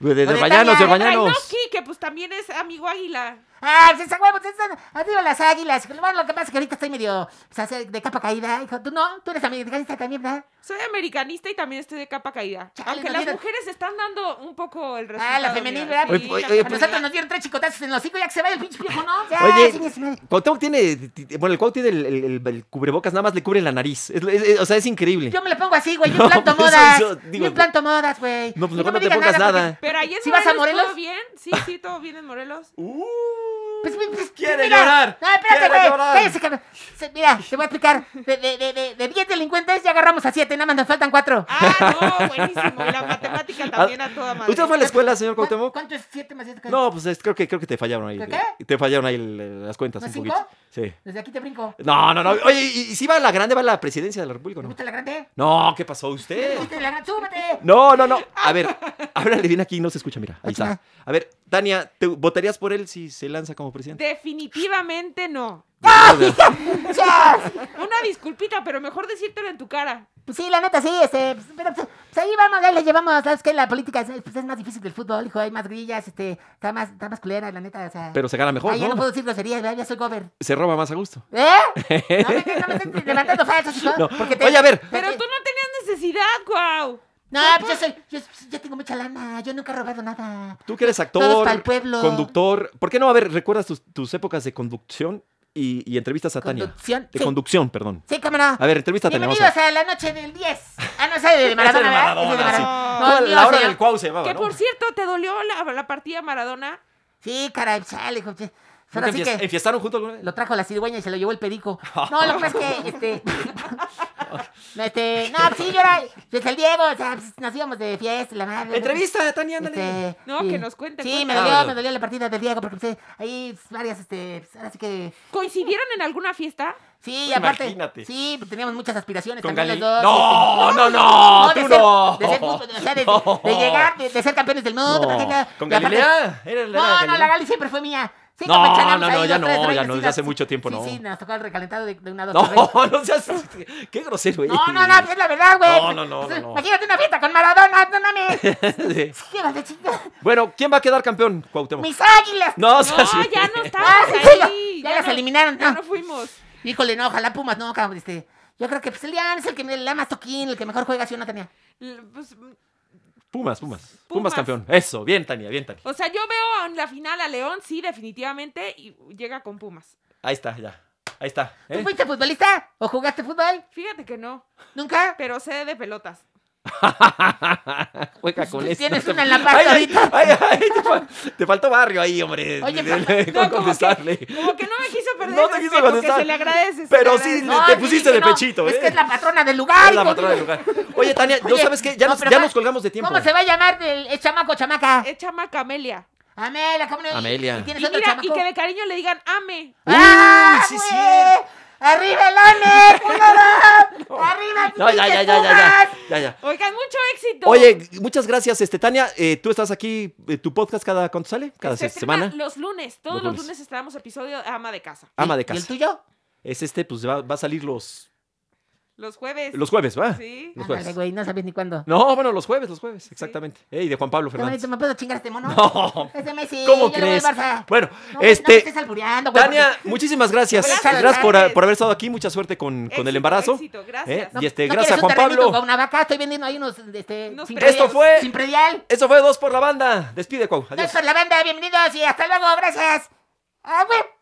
De, de, O Bañanos, de de Tania, de Bañanos. Brailovsky, que pues también es amigo águila. Ah, pues esa huevos, esa- arriba las águilas. Bueno, lo que pasa es que ahorita estoy medio pues, así, de capa caída, hijo. Tú no, tú eres americanista también, ¿verdad? Soy americanista y también estoy de capa caída. Chale, Aunque no las vieron. mujeres están dando un poco el resultado. Ah, la femenil, ¿verdad? mira, sí, Pues, Oye, la oye, a pues, nosotros nos dieron tres chicotazos en los hocico, ya que se vaya el pinche viejo, ¿no? Ya, Oye, chingue su madre. Cuauhtémoc tiene, ti- ti- bueno, el Cuau tiene el, el- el- el cubrebocas, nada más le cubre la nariz. Es- es- es- o sea, es increíble. Yo me lo pongo así, güey. Yo No, planto pues, modas. yo digo, Yo planto modas, güey. No, pues Y mejor no me te digan pongas porque- nada. Pero ahí en ¿Sí vas a Morelos, ¿todo Morelos? bien? Sí, sí, todo bien en Morelos. Uh, Pues, pues, pues, quiere mira. llorar. No, espérate, quiere güey. llorar. Cállese, cabrón. Se- Mira, te voy a explicar. De, de, de, de, de 10 delincuentes ya agarramos a 7, nada más nos faltan 4. Ah, no, buenísimo. Y la Ah, matemática también a toda madre. ¿Usted fue a la escuela, señor Cuauhtémoc? ¿Cuánto es 7 más 7? No, pues es- creo que creo que te fallaron ahí. ¿Qué? Te fallaron ahí el- las cuentas un ¿Más poquito. cinco? Sí. Desde aquí te brinco. No, no, no. Oye, ¿y, y si va a la grande, va a la presidencia de la República o ¿Te no? gusta la grande? No, ¿qué pasó ¿Te usted? gusta la grande? ¡Súbete! No, no, no. A ver, ábrale bien aquí, no se escucha, mira. Ahí está. Ajá. A ver, Tania, ¿te votarías por él si se lanza como presidente? Definitivamente no. Una disculpita, pero mejor decírtelo en tu cara. Pues sí, la neta, sí, este, pues, pero pues, pues, ahí vamos, ahí le llevamos, sabes que la política es, pues, es más difícil que el fútbol, hijo, hay más grillas, este, está más, está más culera, la neta, o sea. Pero se gana mejor, ahí ya Ah, no ¿no? puedo decir groserías, ¿verdad? ya soy gober. Se roba más a gusto. ¿Eh? No me, no me estés levantando falsos, hijo. No. Porque te, Oye, a ver. Pero tú no tenías necesidad, guau. No, pues yo soy, yo, yo tengo mucha lana, yo nunca he robado nada. Tú que eres Todos actor, pa'l pueblo. conductor. ¿Por qué no? A ver, ¿recuerdas tus, tus épocas de conducción y, y entrevistas a Tania? Conducción, De sí. conducción, perdón. Sí, cómo no. A ver, entrevista a Tania. vamos a Bienvenidos a... la noche del 10. Ah, no, sabe de Maradona, ¿verdad? Ese de Maradona, sí. Maradona. No, No, el mío la hora del se llama- cuau se llamaba, Que ¿no? por cierto, ¿te dolió la, la partida Maradona? Sí, caray, chale, hijo. sí. Pero ¿Nunca así enfies- que ¿Enfiestaron juntos alguna vez? lo trajo la cigüeña y se lo llevó el perico. No, lo que pasa es que, este... no, este, no, sí, yo era... Desde el Diego, o sea, pues, nos íbamos de fiesta, la madre. Entrevista, Tania, ándale. Este, No, sí. que nos cuente, Sí, cuente. me Ah, dolió, bueno. me dolió la partida del Diego porque pues, eh, ahí varias, este, pues, ahora sí que ¿Coincidieron en alguna fiesta? Sí, y aparte. Pues Imagínate. Sí, pues, teníamos muchas aspiraciones Con también Gali- los dos. No, no, no, de tú ser- no. De, ser fútbol, o sea, de, de llegar, de, de ser campeones del mundo. porque la- ¿Con y aparte- Galilea? Era la- No, no, Galilea. la Gali siempre fue mía. Sí, No, capachanamos no, ahí no, dos, ya no, tres ya no, reyes, sí, desde las- hace mucho tiempo, no. Sí, sí, nos tocaba el recalentado de, de una dos. tres reyes. No, no seas. Qué grosero eh. eres. No, no, no, es la verdad, güey. No, no, no, no, no. Imagínate una fiesta con Maradona, no mames. Sí. Llevas de chingada. Bueno, ¿quién va a quedar campeón, Cuauhtémoc? Mis águilas. No, o sea, sí. No, ya no estábamos Ah, sí, ya- ahí. ya las no- eliminaron, Ya no. no fuimos. Híjole, no, ojalá Pumas, no, cabrón, este. Yo creo que pues, el León es el que me da más toquín, el que mejor juega si uno tenía. L- pues, mm, Pumas, Pumas. Pumas, Pumas. campeón. Eso, bien, Tania, bien, Tania. o sea, yo veo en la final a León, sí, definitivamente, y llega con Pumas. Ahí está, ya. Ahí está. ¿Tú ¿eh? fuiste futbolista? ¿O jugaste fútbol? Fíjate que no, ¿Nunca? pero sé de pelotas. Juega con eso. Tienes no te- una en la Ay, panza ay, ahorita. ay, ay, te, fal- te faltó barrio ahí, hombre. Oye, de- papá, de- No, como que- contestarle. Como que, no me quiso perder. No el te quiso respeto, contestar, Que se le agradece. se le pero sí agradece. le- No, te yo pusiste de dije, no, pechito, Es ¿eh? que es la patrona del lugar. Es la hijo, patrona del digo. lugar. Oye, Tania, ¿no Oye, sabes qué? Ya, no, nos, pero ya pa- nos colgamos de tiempo. ¿Cómo se va a llamar el, el chamaco o chamaca? Es chama Camelia. Amelia, ¿cómo no? ¿Y- Amelia. ¿Y Y, tienes otro mira, y chamaco? que de cariño le digan ame. ¡Ah, Uy, sí es güey! cierto. ¡Arriba el AME, culero! ¡Arriba No, ya, ya, ya, ya, ya, ya, ya. Oigan, mucho éxito. Oye, muchas gracias, este, Tania. eh, tú estás aquí, eh, tu podcast cada cuánto sale? Cada se Este, se- estrena semana. Los lunes. Todos Los los, lunes. lunes. estrenamos episodio de Ama de Casa. Ama ¿Y- de ¿Y el casa. tuyo? Es este, pues va, va a salir los, Los jueves. los jueves, ¿va? Sí. Ah, Los Ándale, jueves. güey, no sabes ni cuándo. No, bueno, los jueves, los jueves, exactamente. Y de Juan Pablo Qué bonito, Fernández. ¿Me puedo chingar a este mono? No, Ese Messi, ¿cómo yo le voy al crees? Barça. Bueno, No, güey, No me este, estés albureando, güey. Tania, muchísimas gracias. Gracias, Gracias, por, gracias. por haber estado aquí. Mucha suerte con, con el Éxito, embarazo. éxito, gracias. Y este, ¿No gracias a quieres un Juan Pablo. terrenito Con una vaca, estoy vendiendo ahí unos, este, Unos sin predios. Esto fue- Sin predial. Eso fue Dos por la Banda. Despide, Cuau. Adiós. Gracias por la banda, bienvenidos y hasta luego, gracias. Ah, güey.